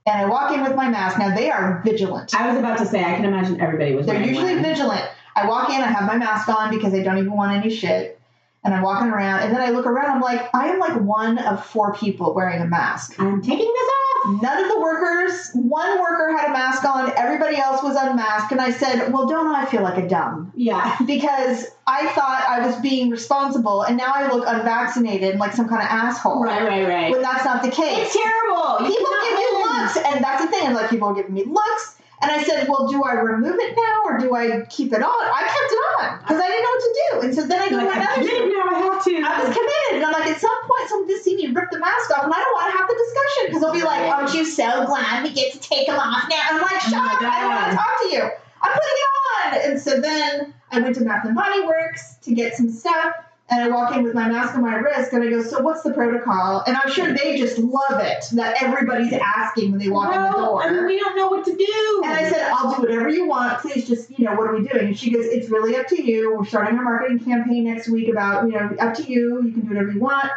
[SPEAKER 1] and I walk in with my mask. Now they are vigilant.
[SPEAKER 2] I was about to say. I can imagine everybody was.
[SPEAKER 1] They're
[SPEAKER 2] wearing
[SPEAKER 1] usually
[SPEAKER 2] one.
[SPEAKER 1] vigilant. I walk in, I have my mask on because I don't even want any shit. And I'm walking around, and then I look around, I'm like, I am like one of four people wearing a mask.
[SPEAKER 2] I'm taking this off.
[SPEAKER 1] None of the workers, one worker had a mask on, everybody else was unmasked. And I said, Well, don't I feel like a dumb?
[SPEAKER 2] Yeah.
[SPEAKER 1] Because I thought I was being responsible, and now I look unvaccinated and like some kind of asshole.
[SPEAKER 2] Right. Right. Right.
[SPEAKER 1] When that's not the case
[SPEAKER 2] It's terrible. Oh, You
[SPEAKER 1] people
[SPEAKER 2] cannot
[SPEAKER 1] give me
[SPEAKER 2] win.
[SPEAKER 1] looks, and that's the thing. I'm like, people are giving me looks, and I said, well, do I remove it now or do I keep it on? I kept it on because I didn't know what to do, and so then I go
[SPEAKER 2] You're
[SPEAKER 1] to
[SPEAKER 2] like, I'm
[SPEAKER 1] another.
[SPEAKER 2] committed
[SPEAKER 1] store.
[SPEAKER 2] now. I have to.
[SPEAKER 1] I was committed, and I'm like, at some point, someone just see me rip the mask off, and I don't want to have the discussion because they'll be like,
[SPEAKER 2] Right.
[SPEAKER 1] aren't you so glad we get to take them off now? I'm like,
[SPEAKER 2] Oh
[SPEAKER 1] shut
[SPEAKER 2] my
[SPEAKER 1] up! I don't want
[SPEAKER 2] God.
[SPEAKER 1] to talk to you. I'm putting it on, and so then I went to Bath and Body Works to get some stuff. And I walk in with my mask on my wrist, and I go, "So what's the protocol?" And I'm sure they just love it that everybody's asking when they walk in the
[SPEAKER 2] Well,
[SPEAKER 1] door.
[SPEAKER 2] I mean, we don't know what to do.
[SPEAKER 1] and I said, "I'll do whatever you want. Please just, you know, what are we doing?" And she goes, "It's really up to you. We're starting our marketing campaign next week about, you know, up to you. You can do whatever you want."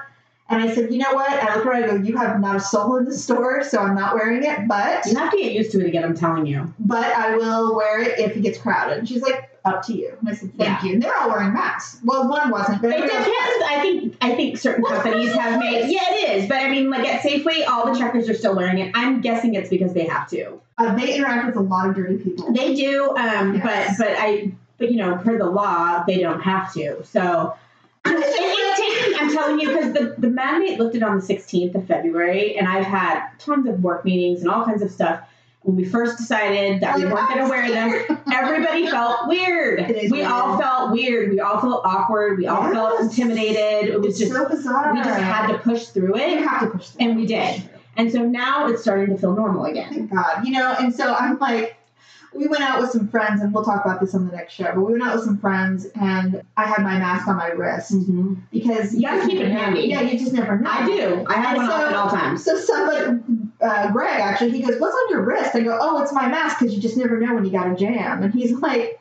[SPEAKER 1] And I said, "You know what?" And I look around. I go, "You have not a soul in the store, so I'm not wearing it, but
[SPEAKER 2] you have to get used to it again. I'm telling you.
[SPEAKER 1] but I will wear it if it gets crowded." And she's like,
[SPEAKER 2] up to you.
[SPEAKER 1] And I said, thank you. And they're all wearing masks. Well, one wasn't. But
[SPEAKER 2] It
[SPEAKER 1] everyone-
[SPEAKER 2] depends. I think I think certain
[SPEAKER 1] Well, of
[SPEAKER 2] companies
[SPEAKER 1] course
[SPEAKER 2] have
[SPEAKER 1] it
[SPEAKER 2] made.
[SPEAKER 1] is.
[SPEAKER 2] Yeah, it is. But I mean, like at Safeway, all the truckers are still wearing it. I'm guessing it's because they have to.
[SPEAKER 1] Uh, they interact with a lot of dirty people.
[SPEAKER 2] They do, um,
[SPEAKER 1] Yes.
[SPEAKER 2] but but I but you know per the law they don't have to. So it, it's taking. I'm telling you because the the mandate lifted on the 16th of February, and I've had tons of work meetings and all kinds of stuff. When we first decided that we
[SPEAKER 1] Like,
[SPEAKER 2] weren't going to wear them, everybody felt weird.
[SPEAKER 1] It
[SPEAKER 2] We
[SPEAKER 1] is
[SPEAKER 2] all
[SPEAKER 1] weird.
[SPEAKER 2] felt weird. We all felt awkward. We all felt
[SPEAKER 1] Yes.
[SPEAKER 2] intimidated. It was
[SPEAKER 1] It's
[SPEAKER 2] just
[SPEAKER 1] so bizarre.
[SPEAKER 2] we just had to push through
[SPEAKER 1] You
[SPEAKER 2] it,
[SPEAKER 1] have to push through.
[SPEAKER 2] and we did. And so now it's starting to feel normal again.
[SPEAKER 1] Thank God. You know, and so I'm like, we went out with some friends, and we'll talk about this on the next show, but we went out with some friends, and I had my mask on my wrist
[SPEAKER 2] Mm-hmm.
[SPEAKER 1] because
[SPEAKER 2] You gotta keep it handy.
[SPEAKER 1] Yeah, you just never know.
[SPEAKER 2] I do. I have
[SPEAKER 1] And
[SPEAKER 2] one
[SPEAKER 1] so-
[SPEAKER 2] off at all times.
[SPEAKER 1] So somebody, uh, Greg, actually, he goes, "What's on your wrist?" I go, "Oh, it's my mask because you just never know when you got a jam." And he's like,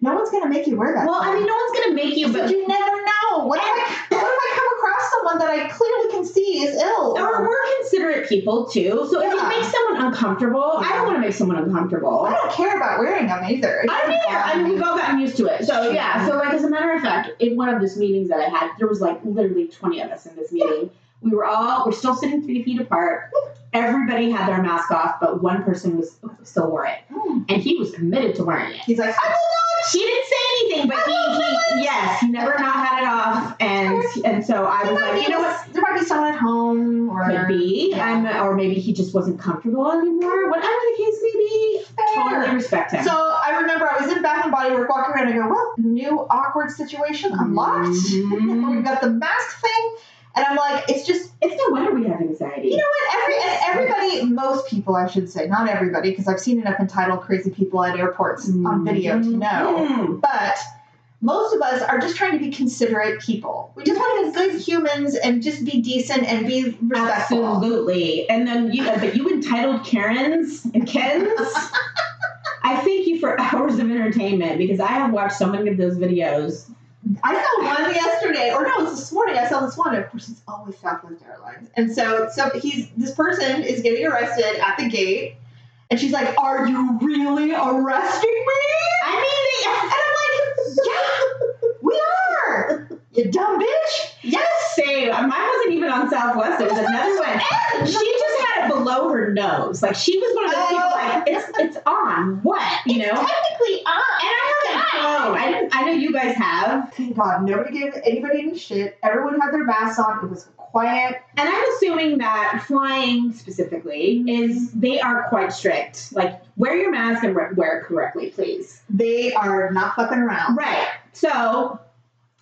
[SPEAKER 1] "No one's gonna make you wear that."
[SPEAKER 2] Well, I mean, no one's gonna make you,
[SPEAKER 1] But
[SPEAKER 2] but
[SPEAKER 1] you never know. What if, I, what if I come across someone that I clearly can see is ill?
[SPEAKER 2] or we're considerate people too. So if
[SPEAKER 1] Yeah.
[SPEAKER 2] it makes someone uncomfortable, I don't want to make someone uncomfortable.
[SPEAKER 1] I don't care about wearing them either. It
[SPEAKER 2] I
[SPEAKER 1] doesn't
[SPEAKER 2] don't either.
[SPEAKER 1] bother
[SPEAKER 2] I mean,
[SPEAKER 1] me.
[SPEAKER 2] we've all gotten used to it. So
[SPEAKER 1] Sure.
[SPEAKER 2] yeah. So like, as a matter of fact, in one of those meetings that I had, there was like literally twenty of us in this meeting. We were all we're still sitting three feet apart. Everybody had their mask off, but one person was still wore it,
[SPEAKER 1] Hmm.
[SPEAKER 2] and he was committed to wearing it.
[SPEAKER 1] He's like, I will
[SPEAKER 2] She didn't say anything, but he, he yes, he never not had it off, and and so I
[SPEAKER 1] not. There might
[SPEAKER 2] was like,
[SPEAKER 1] be
[SPEAKER 2] you know what?
[SPEAKER 1] this- There might be someone at home or
[SPEAKER 2] Could be,
[SPEAKER 1] Yeah.
[SPEAKER 2] I'm, or maybe he just wasn't comfortable anymore. Whatever the case may be, totally
[SPEAKER 1] Fair.
[SPEAKER 2] respect him.
[SPEAKER 1] So I remember I was in Bath and Body Work walking around. I go, well, new awkward situation unlocked.
[SPEAKER 2] Mhm.
[SPEAKER 1] We've got the mask thing, and I'm like, it's just
[SPEAKER 2] it's no wonder we have anxiety.
[SPEAKER 1] You know what? Every and everybody, most people, I should say, not everybody, because I've seen enough entitled crazy people at airports
[SPEAKER 2] Mm-hmm.
[SPEAKER 1] on video to know.
[SPEAKER 2] Mm.
[SPEAKER 1] But most of us are just trying to be considerate people. We just want to be good humans and just be decent and be respectful.
[SPEAKER 2] Absolutely. And then you, uh, but you entitled Karens and Kens. I thank you for hours of entertainment because I have watched so many of those videos.
[SPEAKER 1] I saw one yesterday, or no, it's this morning. I saw this one. Of course, it's always Southwest Airlines, and so so he's this person is getting arrested at the gate, and she's like, "Are you really arresting me?"
[SPEAKER 2] I mean,
[SPEAKER 1] And I'm like, yeah, we are. You dumb bitch. Yes.
[SPEAKER 2] same. Mine wasn't even on Southwest. It was another one. She just had it below her nose. Like she was one of those people. Like it's it's on. What you know?
[SPEAKER 1] Technically, uh, on.
[SPEAKER 2] And I haven't flown. I didn't. I know you guys have.
[SPEAKER 1] Thank God, nobody gave anybody any shit. Everyone had their masks on. It was quiet.
[SPEAKER 2] And I'm assuming that flying specifically is they are quite strict. Like wear your mask and re- wear it correctly, please.
[SPEAKER 1] They are not fucking around.
[SPEAKER 2] Right. So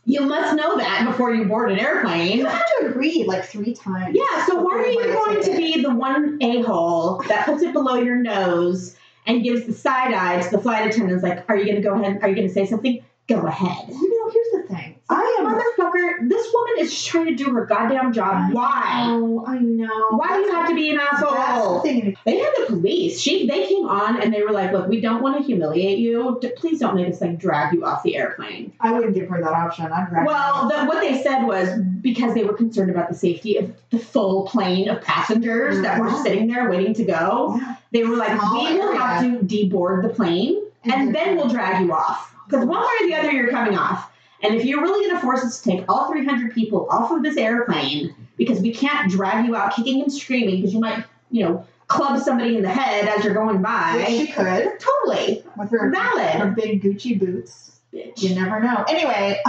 [SPEAKER 2] you must know that before you board an airplane.
[SPEAKER 1] You have to agree like three times.
[SPEAKER 2] Yeah. So why are you
[SPEAKER 1] Before you
[SPEAKER 2] going to be the one a hole that puts it below your nose and gives the side eye to the flight attendants? Like, are you going to go ahead? Are you going to say something? Go ahead.
[SPEAKER 1] You know, here's the thing. I am.
[SPEAKER 2] Motherfucker, this woman is just trying to do her goddamn job. Why?
[SPEAKER 1] Oh, I know.
[SPEAKER 2] Why do you
[SPEAKER 1] That's-
[SPEAKER 2] have to be an
[SPEAKER 1] That's
[SPEAKER 2] asshole?
[SPEAKER 1] the thing.
[SPEAKER 2] They had the police. She they came on and they were like, "Look, we don't want to humiliate you. D- Please don't make us like drag you off the airplane."
[SPEAKER 1] I wouldn't give her that option. I'd rather.
[SPEAKER 2] Well, the, what they said was because they were concerned about the safety of the full plane of passengers that were sitting there waiting to go.
[SPEAKER 1] Yeah.
[SPEAKER 2] They were like,
[SPEAKER 1] Small
[SPEAKER 2] "We will have to deboard the plane and then we'll drag you off because one way or the other, you're coming off." And if you're really going to force us to take all 300 people off of this airplane because we can't drag you out kicking and screaming because you might, you know, club somebody in the head as you're going
[SPEAKER 1] Which
[SPEAKER 2] by.
[SPEAKER 1] she could
[SPEAKER 2] Totally
[SPEAKER 1] with her, her
[SPEAKER 2] valid.
[SPEAKER 1] big Gucci boots. You
[SPEAKER 2] Bitch.
[SPEAKER 1] never know. Anyway,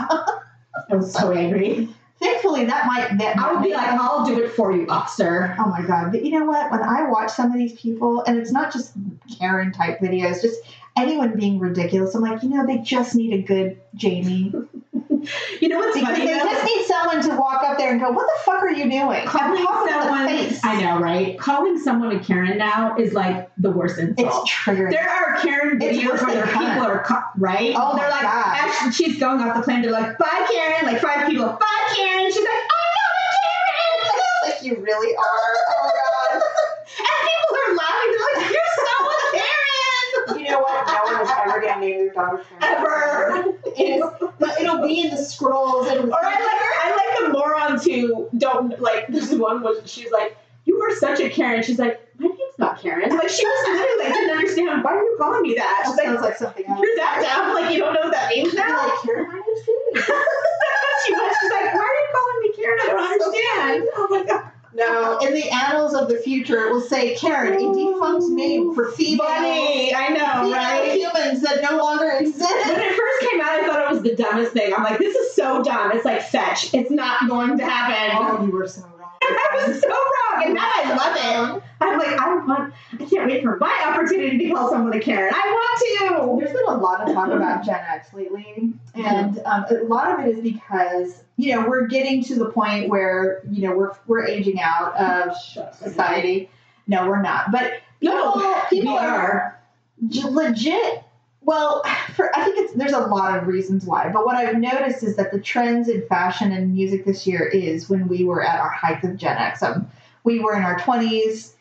[SPEAKER 2] I was so angry.
[SPEAKER 1] thankfully that might that
[SPEAKER 2] I would be like, I'll do it for you, officer.
[SPEAKER 1] Oh my god! But you know what? When I watch some of these people, and it's not just Karen type videos, just anyone being ridiculous. I'm like, you know, they just need a good Jamie
[SPEAKER 2] You know what's
[SPEAKER 1] because
[SPEAKER 2] funny?
[SPEAKER 1] they
[SPEAKER 2] though?
[SPEAKER 1] just need someone to walk up there and go, "What the fuck are you doing?" I'm
[SPEAKER 2] Calling
[SPEAKER 1] talking
[SPEAKER 2] someone,
[SPEAKER 1] to the face.
[SPEAKER 2] I know, right? Calling someone a Karen now is like the worst insult.
[SPEAKER 1] It's triggering.
[SPEAKER 2] There are Karen
[SPEAKER 1] It's
[SPEAKER 2] videos
[SPEAKER 1] worse
[SPEAKER 2] where
[SPEAKER 1] than
[SPEAKER 2] their
[SPEAKER 1] Karen.
[SPEAKER 2] people are ca- right.
[SPEAKER 1] Oh
[SPEAKER 2] they're
[SPEAKER 1] my
[SPEAKER 2] like,
[SPEAKER 1] God.
[SPEAKER 2] actually, she's going off the plane. They're like, bye, Karen. Like five people, bye, Karen. She's like, "Oh, I'm not a Karen.
[SPEAKER 1] like you really are. Oh my
[SPEAKER 2] And people are laughing. They're like, you're so a Karen.
[SPEAKER 1] god! You know what? No one is ever gonna name their daughter Karen.
[SPEAKER 2] Ever.
[SPEAKER 1] It is, but it'll be in the scrolls and
[SPEAKER 2] Or I like, I like the morons who don't like. This one was, she's like, you are such a Karen. She's like, my name's that's not Karen. Like she was literally like didn't understand why are you calling me that? She's like,
[SPEAKER 1] sounds like something else.
[SPEAKER 2] you're that dumb. Like you don't know what that means
[SPEAKER 1] You're
[SPEAKER 2] now.
[SPEAKER 1] like, Karen, I understand.
[SPEAKER 2] she was. She's like, why are you calling me Karen? I don't understand. Oh my god.
[SPEAKER 1] No, in the annals of the future, it will say Karen, a defunct name for female,
[SPEAKER 2] Funny, I know,
[SPEAKER 1] female
[SPEAKER 2] right?
[SPEAKER 1] humans that no longer exist.
[SPEAKER 2] When it first came out, I thought it was the dumbest thing. I'm like, this is so dumb. It's like fetch. It's not going to happen.
[SPEAKER 1] Oh, you were so wrong.
[SPEAKER 2] And I was so wrong, and now I love it. I'm like, I want. I can't wait for my opportunity to call someone a Karen. I want
[SPEAKER 1] There's been a lot of talk about Gen X lately, and um, a lot of it is because you know we're getting to the point where you know we're we're aging out of
[SPEAKER 2] to.
[SPEAKER 1] society. No, we're not, but
[SPEAKER 2] No,
[SPEAKER 1] people, people
[SPEAKER 2] we
[SPEAKER 1] are j- legit well for, i think it's there's a lot of reasons why but what i've noticed is that the trends in fashion and music this year is when we were at our height of gen x um, we were in our 20s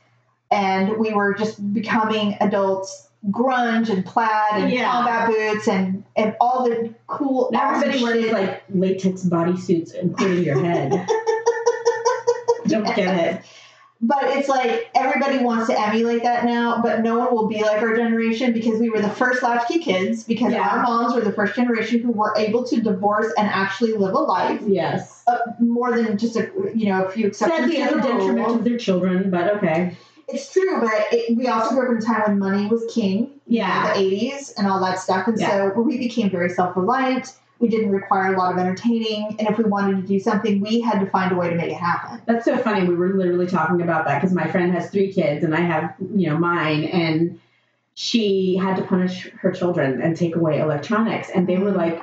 [SPEAKER 1] and we were just becoming adults grunge and plaid and
[SPEAKER 2] Yeah.
[SPEAKER 1] combat boots and, and all the cool
[SPEAKER 2] Now
[SPEAKER 1] awesome
[SPEAKER 2] everybody wears
[SPEAKER 1] shit.
[SPEAKER 2] like latex bodysuits, including your head. Don't get it.
[SPEAKER 1] but it's like everybody wants to emulate that now but no one will be like our generation because we were the first latchkey kids because
[SPEAKER 2] Yeah.
[SPEAKER 1] our moms were the first generation who were able to divorce and actually live a life
[SPEAKER 2] Yes.
[SPEAKER 1] uh, more than just a you know a few exceptions
[SPEAKER 2] Sadly, at
[SPEAKER 1] to
[SPEAKER 2] the
[SPEAKER 1] the
[SPEAKER 2] detriment
[SPEAKER 1] rule.
[SPEAKER 2] of their children, but okay.
[SPEAKER 1] it's true but it, we also grew up in a time when money was king
[SPEAKER 2] Yeah.
[SPEAKER 1] the 80s and all that stuff. And so we became very self reliant. We didn't require a lot of entertaining. And if we wanted to do something, we had to find a way to make it happen.
[SPEAKER 2] That's so funny. We were literally talking about that because my friend has three kids and I have, you know, mine. And she had to punish her children and take away electronics. And they were like,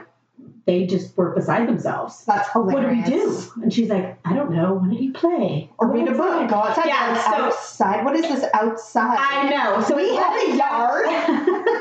[SPEAKER 2] they just were beside themselves.
[SPEAKER 1] That's
[SPEAKER 2] What do
[SPEAKER 1] hilarious.
[SPEAKER 2] we do? And she's like, I don't know. Why don't you play?
[SPEAKER 1] Or read a book. Go outside.
[SPEAKER 2] Yeah,
[SPEAKER 1] Go
[SPEAKER 2] so-
[SPEAKER 1] outside. What is this outside?
[SPEAKER 2] I know. So
[SPEAKER 1] we
[SPEAKER 2] it
[SPEAKER 1] have
[SPEAKER 2] led
[SPEAKER 1] a
[SPEAKER 2] us down-
[SPEAKER 1] yard.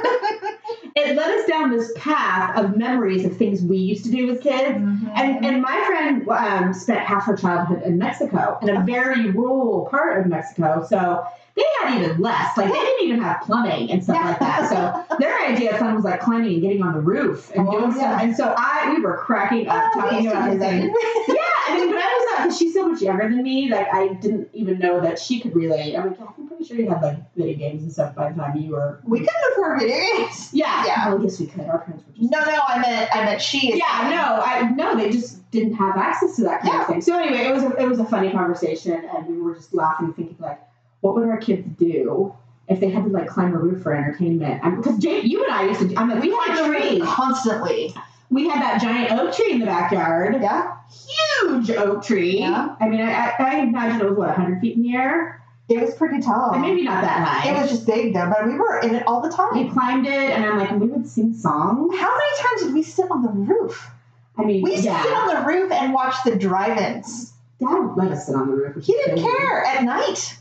[SPEAKER 2] it led us down this path of memories of things we used to do as kids.
[SPEAKER 1] Mm-hmm.
[SPEAKER 2] And, and my friend um, spent half her childhood in Mexico, in a very rural part of Mexico. So they had even less. Like, they didn't even have plumbing and stuff
[SPEAKER 1] Yeah.
[SPEAKER 2] like that. So their idea of fun was like climbing and getting on the roof and
[SPEAKER 1] Oh,
[SPEAKER 2] doing
[SPEAKER 1] yeah.
[SPEAKER 2] stuff. And so I, we were cracking up
[SPEAKER 1] Oh, we
[SPEAKER 2] talking
[SPEAKER 1] used to
[SPEAKER 2] about
[SPEAKER 1] do
[SPEAKER 2] this. thing.
[SPEAKER 1] that.
[SPEAKER 2] Yeah, I mean, but I was not because she's so much younger than me. Like, I didn't even know that she could relate. I'm like, yeah, I'm pretty sure you had like video games and stuff by the time you were.
[SPEAKER 1] we couldn't afford video games.
[SPEAKER 2] Yeah.
[SPEAKER 1] Yeah.
[SPEAKER 2] Well, yes, we could. Our parents were just.
[SPEAKER 1] No, no, I meant I meant she. is-
[SPEAKER 2] Yeah. No. I no. They just didn't have access to that kind of thing. So anyway, it was a, it was a funny conversation, and we were just laughing, thinking like, what would our kids do if they had to like climb a roof for entertainment? Because Jake, you and I used to. do- I'm like, we had a tree.
[SPEAKER 1] constantly.
[SPEAKER 2] We had that giant oak tree in the backyard.
[SPEAKER 1] Yeah,
[SPEAKER 2] huge oak tree.
[SPEAKER 1] Yeah.
[SPEAKER 2] I mean, I, I, I imagine it was what 100 feet in the air,
[SPEAKER 1] it was pretty tall.
[SPEAKER 2] Or maybe not that
[SPEAKER 1] Oh. It
[SPEAKER 2] high.
[SPEAKER 1] was just big though, but we were in it all the time.
[SPEAKER 2] we climbed it, and I'm like, we would sing songs.
[SPEAKER 1] How many times did we sit on the roof?
[SPEAKER 2] I mean,
[SPEAKER 1] We used to
[SPEAKER 2] yeah,
[SPEAKER 1] sit on the roof and watch the drive-ins.
[SPEAKER 2] Dad would let us sit on the roof. which
[SPEAKER 1] He
[SPEAKER 2] is
[SPEAKER 1] didn't
[SPEAKER 2] crazy.
[SPEAKER 1] care at night.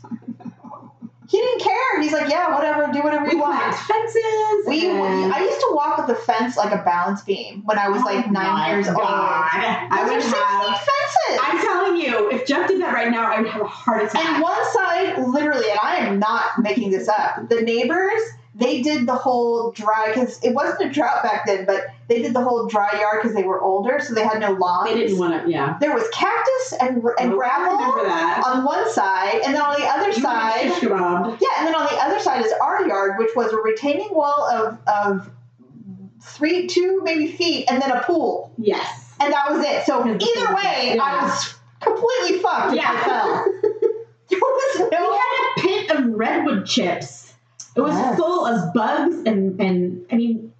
[SPEAKER 1] He didn't care. He's like, yeah, whatever, do whatever
[SPEAKER 2] We
[SPEAKER 1] you
[SPEAKER 2] climbed
[SPEAKER 1] want.
[SPEAKER 2] fences.
[SPEAKER 1] We,
[SPEAKER 2] and-
[SPEAKER 1] I used to walk with the fence like a balance beam when I was like
[SPEAKER 2] Oh
[SPEAKER 1] nine
[SPEAKER 2] my
[SPEAKER 1] years
[SPEAKER 2] God.
[SPEAKER 1] old.
[SPEAKER 2] I
[SPEAKER 1] Those
[SPEAKER 2] would
[SPEAKER 1] are six feet
[SPEAKER 2] have.
[SPEAKER 1] fences.
[SPEAKER 2] I'm telling you, if Jeff did that right now, I would have a heart attack.
[SPEAKER 1] And one side, literally, and I am not making this up, the neighbors, they did the whole dry, because it wasn't a drought back then, but they did the whole dry yard because they were older, so they had no lawns.
[SPEAKER 2] they didn't want to. Yeah.
[SPEAKER 1] there was cactus and, and
[SPEAKER 2] Oh, I
[SPEAKER 1] gravel
[SPEAKER 2] remember that.
[SPEAKER 1] on one side, and then on the other
[SPEAKER 2] You would've
[SPEAKER 1] side,
[SPEAKER 2] shish kebabbed.
[SPEAKER 1] yeah, and then on the other side is our yard, which was a retaining wall of, of three, two maybe feet, and then a pool.
[SPEAKER 2] Yes.
[SPEAKER 1] And that was it. So
[SPEAKER 2] Because the
[SPEAKER 1] either
[SPEAKER 2] pool-
[SPEAKER 1] way, I
[SPEAKER 2] yeah.
[SPEAKER 1] was completely fucked if I
[SPEAKER 2] Yeah.
[SPEAKER 1] fell. There was
[SPEAKER 2] We
[SPEAKER 1] no
[SPEAKER 2] had a pit of redwood chips. It was
[SPEAKER 1] Yes.
[SPEAKER 2] full of bugs and and I mean,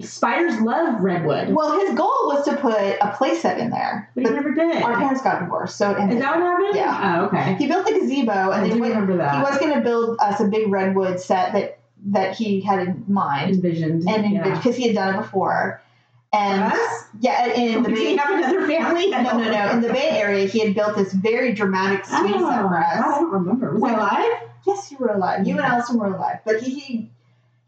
[SPEAKER 2] spiders love redwood.
[SPEAKER 1] Well, his goal was to put a playset in there,
[SPEAKER 2] We
[SPEAKER 1] but
[SPEAKER 2] never did.
[SPEAKER 1] our parents got divorced, so it
[SPEAKER 2] Is
[SPEAKER 1] ended.
[SPEAKER 2] that what happened?
[SPEAKER 1] Yeah.
[SPEAKER 2] Oh, okay.
[SPEAKER 1] he built the gazebo,
[SPEAKER 2] I
[SPEAKER 1] and
[SPEAKER 2] do
[SPEAKER 1] then when,
[SPEAKER 2] remember
[SPEAKER 1] he
[SPEAKER 2] that.
[SPEAKER 1] was going to build us a big redwood set that that he had in mind,
[SPEAKER 2] envisioned.
[SPEAKER 1] and
[SPEAKER 2] yeah.
[SPEAKER 1] because he had done it before,
[SPEAKER 2] For
[SPEAKER 1] and
[SPEAKER 2] us?
[SPEAKER 1] yeah, in the
[SPEAKER 2] Did he
[SPEAKER 1] Bay,
[SPEAKER 2] have another family?
[SPEAKER 1] no, no, no, in the Bay Area, he had built this very dramatic
[SPEAKER 2] Oh,
[SPEAKER 1] suite set for
[SPEAKER 2] I
[SPEAKER 1] us.
[SPEAKER 2] don't remember. Was I
[SPEAKER 1] Well,
[SPEAKER 2] alive?
[SPEAKER 1] Yes, you were alive. You and Allison were alive, but he he,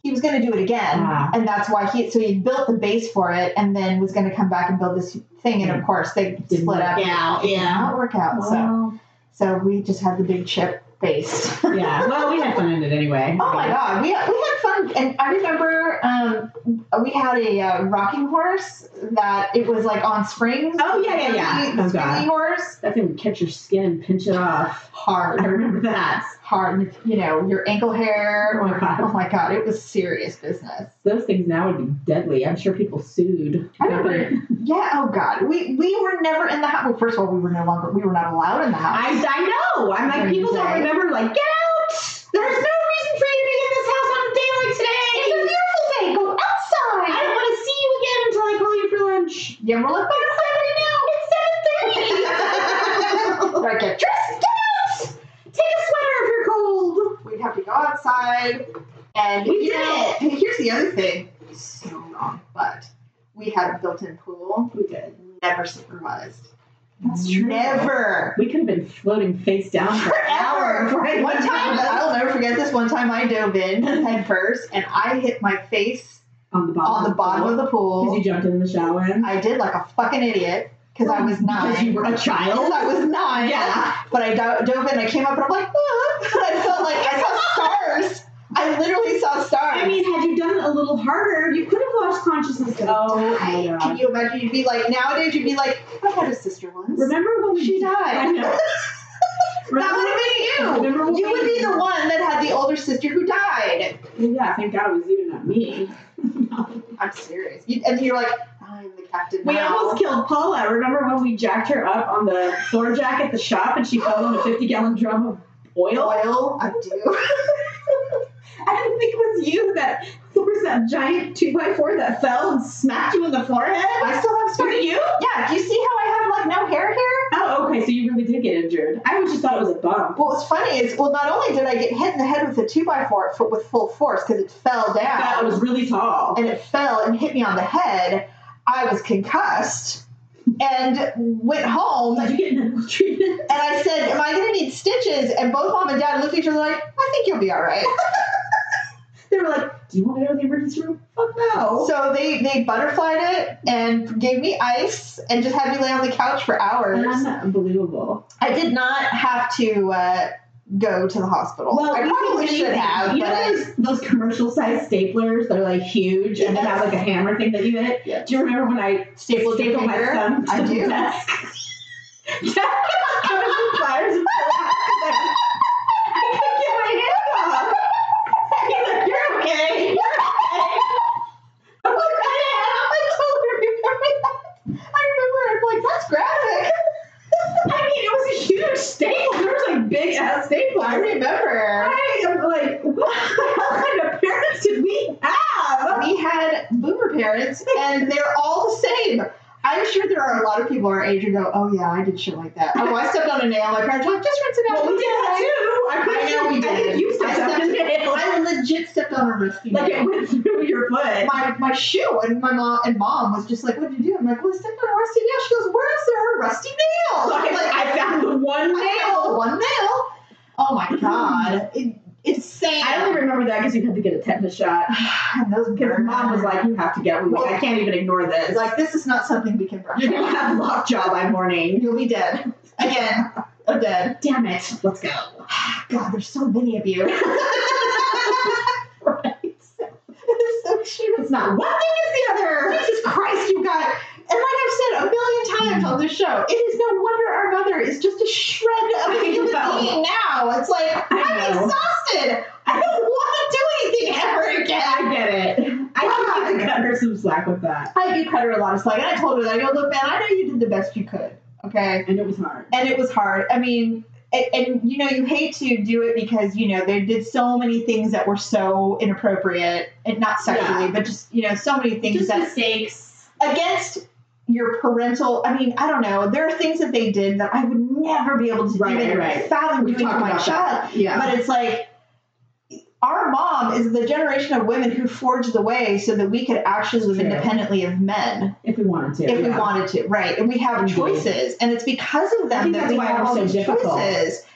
[SPEAKER 1] he was going to do it again,
[SPEAKER 2] Ah.
[SPEAKER 1] and that's why he so he built the base for it, and then was going to come back and build this thing, and of
[SPEAKER 2] Mm.
[SPEAKER 1] course they split up.
[SPEAKER 2] Yeah,
[SPEAKER 1] It did
[SPEAKER 2] yeah.
[SPEAKER 1] not work out. So
[SPEAKER 2] Well,
[SPEAKER 1] so we just had the big chip base.
[SPEAKER 2] yeah. Well, we had fun in it anyway.
[SPEAKER 1] Oh my god, we, we had fun, and I remember um, we had a uh, rocking horse that it was like on springs.
[SPEAKER 2] Oh, yeah, yeah, yeah.
[SPEAKER 1] We- the
[SPEAKER 2] Oh, God.
[SPEAKER 1] squeaky horse.
[SPEAKER 2] That thing would catch your skin and pinch it off. I
[SPEAKER 1] Hard,
[SPEAKER 2] remember that.
[SPEAKER 1] hard. You know, your ankle hair.
[SPEAKER 2] Oh my God.
[SPEAKER 1] Oh my god, it was serious business.
[SPEAKER 2] Those things now would be deadly. I'm sure people sued.
[SPEAKER 1] I remember. Yeah. Oh god, we we were never in the house. Well, first of all, we were no longer. We were not allowed in the house.
[SPEAKER 2] I, I know. I'm like,
[SPEAKER 1] During
[SPEAKER 2] people
[SPEAKER 1] the
[SPEAKER 2] don't
[SPEAKER 1] day.
[SPEAKER 2] remember, like, get out! There's no reason for you to be in this house on a day like
[SPEAKER 1] it's a
[SPEAKER 2] today!
[SPEAKER 1] beautiful day. Go
[SPEAKER 2] I
[SPEAKER 1] outside.
[SPEAKER 2] don't want to see you again until I call you for lunch.
[SPEAKER 1] Yeah, we're like,
[SPEAKER 2] But it's
[SPEAKER 1] "Bye."
[SPEAKER 2] 7.30!
[SPEAKER 1] right, get dressed.
[SPEAKER 2] Take a sweater if you're cold!
[SPEAKER 1] We'd have to go outside. And
[SPEAKER 2] We
[SPEAKER 1] you
[SPEAKER 2] did
[SPEAKER 1] know,
[SPEAKER 2] it.
[SPEAKER 1] and here's the other thing. So wrong, but we had a built-in pool.
[SPEAKER 2] We did.
[SPEAKER 1] Never supervised.
[SPEAKER 2] That's true.
[SPEAKER 1] Never.
[SPEAKER 2] We could have been floating face down for an hour
[SPEAKER 1] Forever.
[SPEAKER 2] before I
[SPEAKER 1] One
[SPEAKER 2] went
[SPEAKER 1] time,
[SPEAKER 2] down.
[SPEAKER 1] I'll never forget this. One time, I dove in head first, and I hit my face
[SPEAKER 2] on the Uh, bottom
[SPEAKER 1] on the bottom of the
[SPEAKER 2] because
[SPEAKER 1] pool.
[SPEAKER 2] you jumped in the shower.
[SPEAKER 1] I did like a fucking idiot because I was nine.
[SPEAKER 2] Because you were a
[SPEAKER 1] Because
[SPEAKER 2] child.
[SPEAKER 1] I was nine.
[SPEAKER 2] Yeah.
[SPEAKER 1] But I do- dove in. I came up, and I'm like, "Ah," and I felt like I saw stars. I literally saw stars.
[SPEAKER 2] I mean, had you done it a little harder, you could have lost consciousness. Oh,
[SPEAKER 1] I-
[SPEAKER 2] my
[SPEAKER 1] can
[SPEAKER 2] God.
[SPEAKER 1] you imagine? You'd be like nowadays. You'd be like, I had a sister once.
[SPEAKER 2] Remember when we
[SPEAKER 1] She died.
[SPEAKER 2] I know.
[SPEAKER 1] That
[SPEAKER 2] Remember-
[SPEAKER 1] would have been
[SPEAKER 2] Remember when
[SPEAKER 1] you. You would be the one that had the older sister who died.
[SPEAKER 2] Yeah, thank God it was you, not me.
[SPEAKER 1] I'm serious. You, and you're like, I'm the captain.
[SPEAKER 2] We
[SPEAKER 1] now.
[SPEAKER 2] almost killed Paula. Remember when we jacked her up on the floor jack at the shop and she fell on a 50 gallon drum of oil?
[SPEAKER 1] oil. I do.
[SPEAKER 2] I didn't think it was you that there was that giant 2x4 that fell and smacked you in the forehead.
[SPEAKER 1] I still have
[SPEAKER 2] Was
[SPEAKER 1] scars.
[SPEAKER 2] it you?
[SPEAKER 1] Yeah. Do you see how I have like no hair here?
[SPEAKER 2] Oh, okay, so you really did get injured. I just thought it was a bump.
[SPEAKER 1] What was funny is, well, not only did I get hit in the head with a two by four foot with full force because it fell down
[SPEAKER 2] That was really tall.
[SPEAKER 1] and it fell and hit me on the head, I was concussed and went home
[SPEAKER 2] Did you get medical treatment?
[SPEAKER 1] And I said, Am I going to need stitches? And both mom and dad looked at each other like, I think you'll be all right.
[SPEAKER 2] They were like, Do you want to go to the emergency room? Fuck no.
[SPEAKER 1] So they, they butterflied it and gave me ice and just had me lay on the couch for hours.
[SPEAKER 2] Unbelievable.
[SPEAKER 1] I did not have to uh, go to the hospital.
[SPEAKER 2] Well,
[SPEAKER 1] I
[SPEAKER 2] we
[SPEAKER 1] probably
[SPEAKER 2] can do
[SPEAKER 1] should
[SPEAKER 2] anything.
[SPEAKER 1] have,
[SPEAKER 2] You
[SPEAKER 1] but I,
[SPEAKER 2] know those, those commercial size staplers? They're like huge and they have like a hammer thing that you hit.
[SPEAKER 1] Yeah.
[SPEAKER 2] Do you remember when I
[SPEAKER 1] stapled your
[SPEAKER 2] stapled my
[SPEAKER 1] finger.
[SPEAKER 2] thumb to
[SPEAKER 1] I
[SPEAKER 2] the
[SPEAKER 1] do.
[SPEAKER 2] desk? Covered in pliers and I couldn't get my hand off. He's like, You're okay. You're okay. I'm like, I
[SPEAKER 1] I totally remember that. I remember, I'm like, that's graphic.
[SPEAKER 2] am. I mean, it was a huge staple. There was like big ass
[SPEAKER 1] I
[SPEAKER 2] staplers.
[SPEAKER 1] remember.
[SPEAKER 2] I am like, what the hell kind of parents did we have?
[SPEAKER 1] we had boomer parents and they're all the same. I'm sure there are a lot of people our age who go, Oh yeah, I did shit like that. Oh, I stepped on a nail, my parents were like, just rinse it out.
[SPEAKER 2] Well, we did that too. I'm
[SPEAKER 1] I
[SPEAKER 2] pretty
[SPEAKER 1] know
[SPEAKER 2] sure
[SPEAKER 1] we
[SPEAKER 2] I
[SPEAKER 1] did.
[SPEAKER 2] think you
[SPEAKER 1] I
[SPEAKER 2] stepped up
[SPEAKER 1] stepped-
[SPEAKER 2] in it.
[SPEAKER 1] I legit stepped on a risky
[SPEAKER 2] Like it
[SPEAKER 1] nail.
[SPEAKER 2] went through your foot.
[SPEAKER 1] My my shoe and my mom and mom was just like, What did you do? I'm like, Well I stepped on a rusty nail. She goes, Where is there a rusty nail?
[SPEAKER 2] Like,
[SPEAKER 1] I'm like,
[SPEAKER 2] I found the
[SPEAKER 1] I
[SPEAKER 2] one
[SPEAKER 1] found
[SPEAKER 2] nail. Mm-hmm.
[SPEAKER 1] one nail. Oh my god. It, insane.
[SPEAKER 2] I only remember that because you had to get a tetanus shot.
[SPEAKER 1] and those
[SPEAKER 2] Because mom was like, you have to get one. Like, I can't even ignore this.
[SPEAKER 1] like this is not something we can brush.
[SPEAKER 2] You're going
[SPEAKER 1] off.
[SPEAKER 2] to have lockjaw by morning.
[SPEAKER 1] You'll be dead. Again. I'm dead.
[SPEAKER 2] Damn it. Let's go.
[SPEAKER 1] God, there's so many of you.
[SPEAKER 2] Right.
[SPEAKER 1] it's so true.
[SPEAKER 2] It's not one thing, it's the other.
[SPEAKER 1] Jesus Christ, you got. And like I've said a million times on this show, it is no wonder our mother is just a shred of a
[SPEAKER 2] I
[SPEAKER 1] human
[SPEAKER 2] know.
[SPEAKER 1] being now. It's like,
[SPEAKER 2] I
[SPEAKER 1] I'm
[SPEAKER 2] know.
[SPEAKER 1] exhausted. I don't want to do anything ever again.
[SPEAKER 2] I get it. I think you can cut her some slack with that.
[SPEAKER 1] I do cut her a lot of slack. And I told her that. I go, look, man, I know you did the best you could. Okay.
[SPEAKER 2] And it was hard.
[SPEAKER 1] and it was hard. I mean, and, and you know, you hate to do it because you know they did so many things that were so inappropriate and not sexually, but just you know, so many things
[SPEAKER 2] Just
[SPEAKER 1] that
[SPEAKER 2] mistakes.
[SPEAKER 1] against your parental. I mean, I don't know. There are things that they did that I would never be able to
[SPEAKER 2] Right,
[SPEAKER 1] even
[SPEAKER 2] right, right.
[SPEAKER 1] fathom
[SPEAKER 2] We
[SPEAKER 1] doing to
[SPEAKER 2] talked
[SPEAKER 1] my
[SPEAKER 2] about
[SPEAKER 1] child.
[SPEAKER 2] that. Yeah.
[SPEAKER 1] But it's like. Our mom is the generation of women who forged the way so that we could actually live
[SPEAKER 2] True.
[SPEAKER 1] independently of men
[SPEAKER 2] if we wanted to.
[SPEAKER 1] if we
[SPEAKER 2] yeah.
[SPEAKER 1] wanted to, right? And we have
[SPEAKER 2] Indeed.
[SPEAKER 1] choices, and it's because of
[SPEAKER 2] I
[SPEAKER 1] them
[SPEAKER 2] think
[SPEAKER 1] that
[SPEAKER 2] that's
[SPEAKER 1] we
[SPEAKER 2] why
[SPEAKER 1] have
[SPEAKER 2] we're
[SPEAKER 1] all
[SPEAKER 2] so
[SPEAKER 1] these
[SPEAKER 2] difficult.
[SPEAKER 1] choices.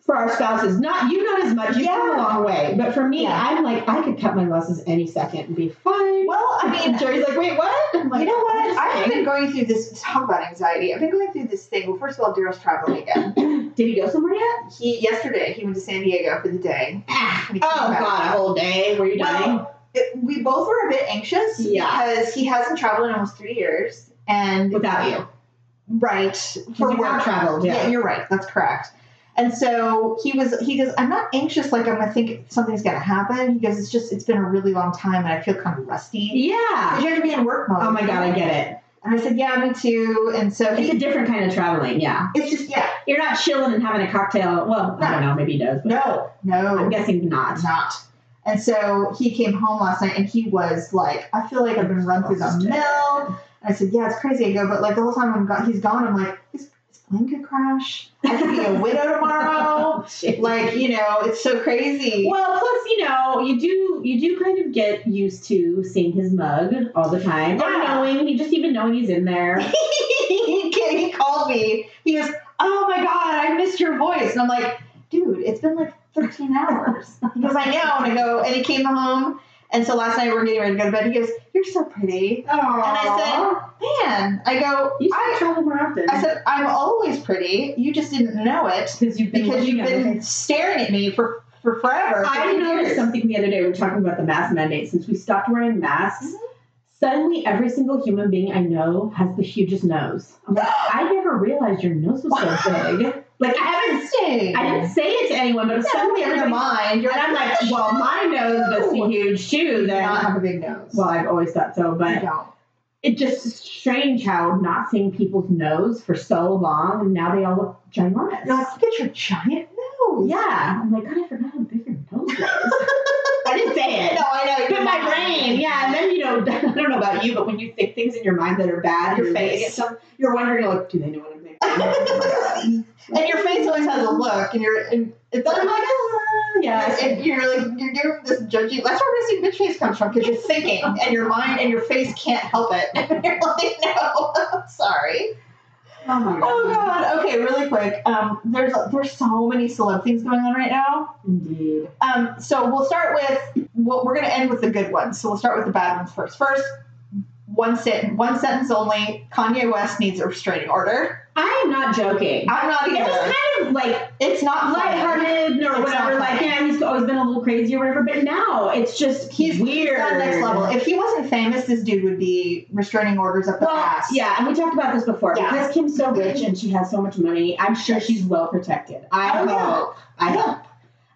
[SPEAKER 2] for our spouses. Not you, not as much. You've come a
[SPEAKER 1] Yeah.
[SPEAKER 2] long way. But for me,
[SPEAKER 1] Yeah.
[SPEAKER 2] I'm like, I could cut my losses any second and be fine.
[SPEAKER 1] Well, I mean,
[SPEAKER 2] And Jerry's like, wait, what? I'm like,
[SPEAKER 1] you know
[SPEAKER 2] I'm
[SPEAKER 1] what?
[SPEAKER 2] just
[SPEAKER 1] I've
[SPEAKER 2] saying.
[SPEAKER 1] been going through this. Talk about anxiety. I've been going through this thing. Well, first of all, Daryl's traveling again.
[SPEAKER 2] Did he go somewhere yet?
[SPEAKER 1] He yesterday he went to San Diego for the day.
[SPEAKER 2] Ah,
[SPEAKER 1] We
[SPEAKER 2] oh
[SPEAKER 1] came back.
[SPEAKER 2] god, a whole day. Were you dying?
[SPEAKER 1] Well, it- we both were a bit anxious
[SPEAKER 2] Yeah.
[SPEAKER 1] because he hasn't traveled in almost three years, and
[SPEAKER 2] Without you.
[SPEAKER 1] right
[SPEAKER 2] For
[SPEAKER 1] for
[SPEAKER 2] you have
[SPEAKER 1] work.
[SPEAKER 2] traveled, yeah.
[SPEAKER 1] Yeah, you're right. That's correct. And so he was. He goes. I'm not anxious. Like I'm gonna think something's gonna happen. He goes. It's just. It's been a really long time, and I feel kind of rusty.
[SPEAKER 2] Yeah.
[SPEAKER 1] 'Cause you have to be in work mode.
[SPEAKER 2] Oh my god, I get it.
[SPEAKER 1] And I said, yeah, me too. And so
[SPEAKER 2] It's
[SPEAKER 1] he.
[SPEAKER 2] a different kind of traveling. Yeah,
[SPEAKER 1] It's just yeah.
[SPEAKER 2] you're not chilling and having a cocktail. Well, I don't know. Maybe he does. But
[SPEAKER 1] No. No.
[SPEAKER 2] I'm guessing not.
[SPEAKER 1] It's not. And so he came home last night and he was like, I feel like I've been run through the mill. And I said, Yeah, it's crazy. I go, but like the whole time I'm go- he's gone, I'm like, this, this plane could crash. I could be a widow tomorrow. Like, you know, it's so crazy.
[SPEAKER 2] Oh, Well, plus you know you do you do kind of get used to seeing his mug all the time or
[SPEAKER 1] Yeah.
[SPEAKER 2] knowing he just even knowing he's in there.
[SPEAKER 1] he, ca- he called me. He goes, Oh my God, I missed your voice. And I'm like, Dude, it's been like 13 hours. He goes, I know. And I go, and he came home. And so last night we we're getting ready to go to bed. He goes, You're so pretty.
[SPEAKER 2] And
[SPEAKER 1] I man, I go,
[SPEAKER 2] you should
[SPEAKER 1] I,
[SPEAKER 2] travel more often.
[SPEAKER 1] I said, I'm always pretty. You just didn't know it
[SPEAKER 2] because you've been
[SPEAKER 1] because
[SPEAKER 2] looking
[SPEAKER 1] you've
[SPEAKER 2] at
[SPEAKER 1] been
[SPEAKER 2] it.
[SPEAKER 1] staring at me for, for forever.
[SPEAKER 2] I
[SPEAKER 1] for
[SPEAKER 2] noticed
[SPEAKER 1] years.
[SPEAKER 2] something the other day. We were talking about the mask mandate. Since we stopped wearing masks,
[SPEAKER 1] Mhm.
[SPEAKER 2] suddenly every single human being I know has the hugest nose. I'm like, I never realized your nose was so big. Like I haven't.
[SPEAKER 1] Interesting.
[SPEAKER 2] I didn't say it to anyone, but
[SPEAKER 1] Yeah,
[SPEAKER 2] suddenly
[SPEAKER 1] in your
[SPEAKER 2] everybody.
[SPEAKER 1] mind, you're
[SPEAKER 2] And I'm like, well, my nose must be huge too.
[SPEAKER 1] you do
[SPEAKER 2] Then
[SPEAKER 1] not have a big nose.
[SPEAKER 2] Well, I've always thought so,
[SPEAKER 1] you
[SPEAKER 2] but
[SPEAKER 1] don't.
[SPEAKER 2] it's just strange how not seeing people's nose for so long, and now they all look ginormous.
[SPEAKER 1] You're like, look at your giant nose.
[SPEAKER 2] yeah, I'm like, God, I forgot how big your nose was. I didn't say it.
[SPEAKER 1] No, I know.
[SPEAKER 2] But
[SPEAKER 1] you're
[SPEAKER 2] my
[SPEAKER 1] not.
[SPEAKER 2] brain, yeah, and then you know, I don't know about you, but when you think things in your mind that are bad,
[SPEAKER 1] Your
[SPEAKER 2] you're
[SPEAKER 1] face.
[SPEAKER 2] looking at some- you're wondering, like, do they know what I'm thinking?
[SPEAKER 1] And your face always has a look, and you're, and it's
[SPEAKER 2] But
[SPEAKER 1] like,
[SPEAKER 2] I'm like, oh, yeah.
[SPEAKER 1] and you're like, you're doing this judging. That's where missing bitch face comes from, because you're thinking, and your mind and your face can't help it. And you're like, no, I'm sorry.
[SPEAKER 2] Oh my
[SPEAKER 1] Oh god. Okay, really quick. Um, there's there's so many celeb things going on right now.
[SPEAKER 2] Indeed.
[SPEAKER 1] Um, so we'll start with what we're gonna end with the good ones. So we'll start with the bad ones first. First, one sentence, one sentence only. Kanye West needs a restraining order.
[SPEAKER 2] I am not joking.
[SPEAKER 1] I'm not
[SPEAKER 2] It was
[SPEAKER 1] either.
[SPEAKER 2] kind of like
[SPEAKER 1] It's not funny.
[SPEAKER 2] lighthearted or
[SPEAKER 1] It's
[SPEAKER 2] whatever.
[SPEAKER 1] not
[SPEAKER 2] Like,
[SPEAKER 1] funny.
[SPEAKER 2] yeah, he's always been a little crazy or whatever. But now it's just
[SPEAKER 1] He's
[SPEAKER 2] weird.
[SPEAKER 1] on next level. If he wasn't famous, this dude would be restraining orders up the
[SPEAKER 2] well,
[SPEAKER 1] ass.
[SPEAKER 2] yeah, and we talked about this before.
[SPEAKER 1] Yeah.
[SPEAKER 2] Because Kim's so rich and she has so much money, I'm sure she's well protected. I
[SPEAKER 1] Oh,
[SPEAKER 2] hope.
[SPEAKER 1] yeah.
[SPEAKER 2] I hope.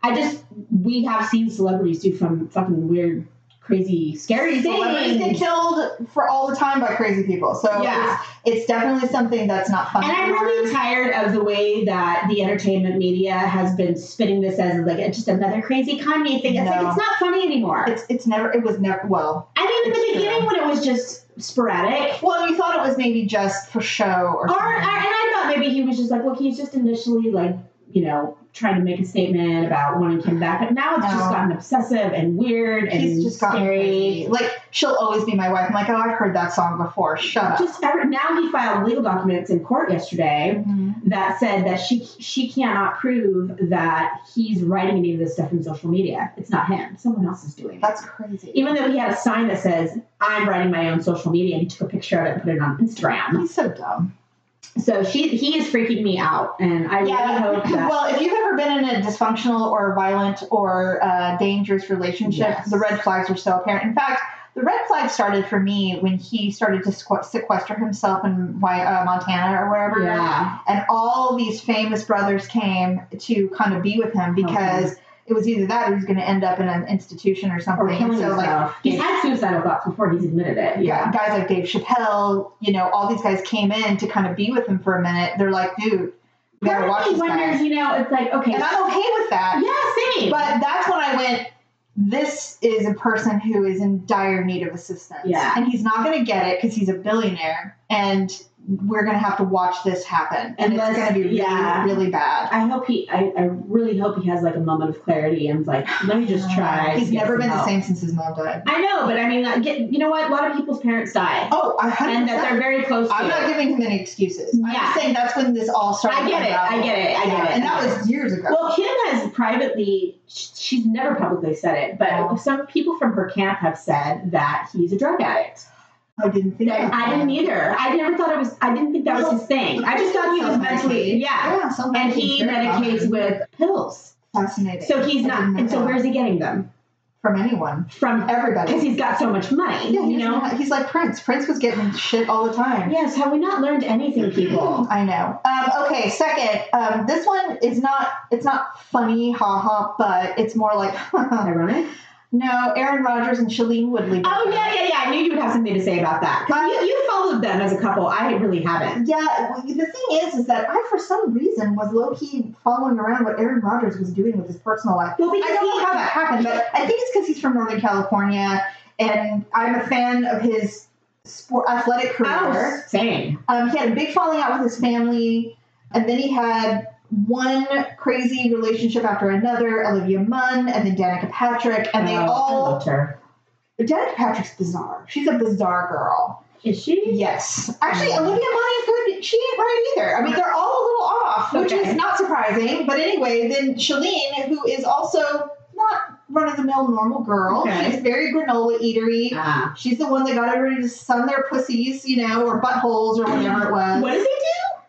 [SPEAKER 2] I just we have seen celebrities do some fucking weird, crazy, scary
[SPEAKER 1] Celebrities get
[SPEAKER 2] things.
[SPEAKER 1] killed for all the time by crazy people. So
[SPEAKER 2] Yeah.
[SPEAKER 1] it's, it's definitely something that's not funny.
[SPEAKER 2] And I'm really tired of the way that the entertainment media has been spinning this as like just another crazy Kanye thing. It's like
[SPEAKER 1] No.
[SPEAKER 2] it's not funny anymore.
[SPEAKER 1] It's it's never it was never well.
[SPEAKER 2] I mean, in
[SPEAKER 1] It's
[SPEAKER 2] the beginning
[SPEAKER 1] true.
[SPEAKER 2] when it was just sporadic,
[SPEAKER 1] Well, you thought it was maybe just for show or
[SPEAKER 2] or, or and
[SPEAKER 1] something.
[SPEAKER 2] I thought maybe he was just like, look, he's just initially like, you know, trying to make a statement about wanting Kim back, but now it's just
[SPEAKER 1] No.
[SPEAKER 2] gotten obsessive and weird and
[SPEAKER 1] He's just gotten
[SPEAKER 2] scary.
[SPEAKER 1] crazy. Like she'll always be my wife. I'm like, oh, I've heard that song before. Shut up.
[SPEAKER 2] Just ever, now he filed legal documents in court yesterday
[SPEAKER 1] Mhm.
[SPEAKER 2] that said that she she cannot prove that he's writing any of this stuff from social media. It's not him. Someone else is doing it.
[SPEAKER 1] That's crazy.
[SPEAKER 2] Even though he had a sign that says, "I'm writing my own social media," and he took a picture of it and put it on Instagram.
[SPEAKER 1] He's so dumb.
[SPEAKER 2] So she he is freaking me out, and I really hope that.
[SPEAKER 1] Well, if you've ever been in a dysfunctional or violent or uh, dangerous relationship,
[SPEAKER 2] Yes.
[SPEAKER 1] the red flags are so apparent. In fact, the red flag started for me when he started to sequ- sequester himself in Wy- uh, Montana or wherever.
[SPEAKER 2] yeah,
[SPEAKER 1] and all these famous brothers came to kind of be with him because it was either that or he was going to end up in an institution or something.
[SPEAKER 2] or killing
[SPEAKER 1] so like
[SPEAKER 2] himself. he's had suicidal thoughts before. He's admitted it. Yeah,
[SPEAKER 1] guys like Dave Chappelle, you know, all these guys came in to kind of be with him for a minute. They're like, dude, you
[SPEAKER 2] Part
[SPEAKER 1] gotta
[SPEAKER 2] of
[SPEAKER 1] watch
[SPEAKER 2] me
[SPEAKER 1] this
[SPEAKER 2] wonders,
[SPEAKER 1] guy.
[SPEAKER 2] you know, it's like okay,
[SPEAKER 1] And I'm okay with that.
[SPEAKER 2] yeah, same.
[SPEAKER 1] But that's when I went. This is a person who is in dire need of assistance.
[SPEAKER 2] Yeah.
[SPEAKER 1] And he's not going to get it because he's a billionaire. And we're going to have to watch this happen. And
[SPEAKER 2] Unless-
[SPEAKER 1] it's going to be really,
[SPEAKER 2] yeah.
[SPEAKER 1] really bad.
[SPEAKER 2] I hope he. I, I really hope he has like a moment of clarity and is like, let me just
[SPEAKER 1] Uh,
[SPEAKER 2] try. to
[SPEAKER 1] He's
[SPEAKER 2] get
[SPEAKER 1] never
[SPEAKER 2] some
[SPEAKER 1] been the
[SPEAKER 2] help.
[SPEAKER 1] same since his mom died.
[SPEAKER 2] I know, but I mean, I get, you know what? A lot of people's parents die,
[SPEAKER 1] Oh, I
[SPEAKER 2] and that they're very close.
[SPEAKER 1] I'm
[SPEAKER 2] to
[SPEAKER 1] not
[SPEAKER 2] it.
[SPEAKER 1] giving him any excuses. I'm
[SPEAKER 2] Yeah.
[SPEAKER 1] just saying that's when this all started.
[SPEAKER 2] I get it. I get it. I get it.
[SPEAKER 1] And
[SPEAKER 2] I
[SPEAKER 1] that
[SPEAKER 2] get
[SPEAKER 1] was years ago.
[SPEAKER 2] Well, Kim has privately, sh- she's never publicly said it, but
[SPEAKER 1] Oh.
[SPEAKER 2] some people from her camp have said that he's a drug addict.
[SPEAKER 1] I didn't think.
[SPEAKER 2] That-
[SPEAKER 1] of
[SPEAKER 2] I
[SPEAKER 1] that.
[SPEAKER 2] didn't either. I never thought it was, I didn't think that was his thing. I just thought he was mentally, yeah.
[SPEAKER 1] Yeah. so
[SPEAKER 2] And he
[SPEAKER 1] medication's very
[SPEAKER 2] medicates
[SPEAKER 1] common.
[SPEAKER 2] with pills.
[SPEAKER 1] Fascinating.
[SPEAKER 2] So he's
[SPEAKER 1] I
[SPEAKER 2] not,
[SPEAKER 1] didn't know
[SPEAKER 2] and so
[SPEAKER 1] that.
[SPEAKER 2] where's he getting them?
[SPEAKER 1] from anyone,
[SPEAKER 2] from because
[SPEAKER 1] everybody.
[SPEAKER 2] he's got so much money.
[SPEAKER 1] Yeah,
[SPEAKER 2] you
[SPEAKER 1] he's,
[SPEAKER 2] know.
[SPEAKER 1] not- he's like Prince. Prince was getting shit all the time.
[SPEAKER 2] Yes. Have we not learned anything, people?
[SPEAKER 1] I know. Um, okay, second. Um, this one is not. It's not funny, haha, but it's more like
[SPEAKER 2] Ironic.
[SPEAKER 1] no. Aaron Rodgers and Shailene Woodley.
[SPEAKER 2] Oh yeah, yeah, yeah. I knew you would have something to say about that. 'Cause you, you followed them as a couple. I really haven't.
[SPEAKER 1] Yeah, well, the thing is, is that I, for some reason, was low key following around what Aaron Rodgers was doing with his personal life.
[SPEAKER 2] Well, because
[SPEAKER 1] I don't
[SPEAKER 2] he-
[SPEAKER 1] know how that happened, but I think it's because he's from Northern California, and I'm a fan of his sport athletic
[SPEAKER 2] Oh,
[SPEAKER 1] career.
[SPEAKER 2] same.
[SPEAKER 1] Um, he had a big falling out with his family, and then he had one crazy relationship after another. Olivia Munn, and then Danica Patrick, and they
[SPEAKER 2] Oh, I
[SPEAKER 1] all.
[SPEAKER 2] loved her.
[SPEAKER 1] Danica Patrick's bizarre. She's a bizarre girl.
[SPEAKER 2] Is she?
[SPEAKER 1] Yes. Actually,
[SPEAKER 2] Mm.
[SPEAKER 1] Olivia Munn could she ain't right either. I mean, they're all a little off, which
[SPEAKER 2] Okay.
[SPEAKER 1] is not surprising. But anyway, then Shalene, who is also not run of the mill normal girl,
[SPEAKER 2] Okay.
[SPEAKER 1] she's very granola eatery.
[SPEAKER 2] Ah.
[SPEAKER 1] She's the one that got everybody to sun their pussies, you know, or buttholes or whatever it was.
[SPEAKER 2] what does he do?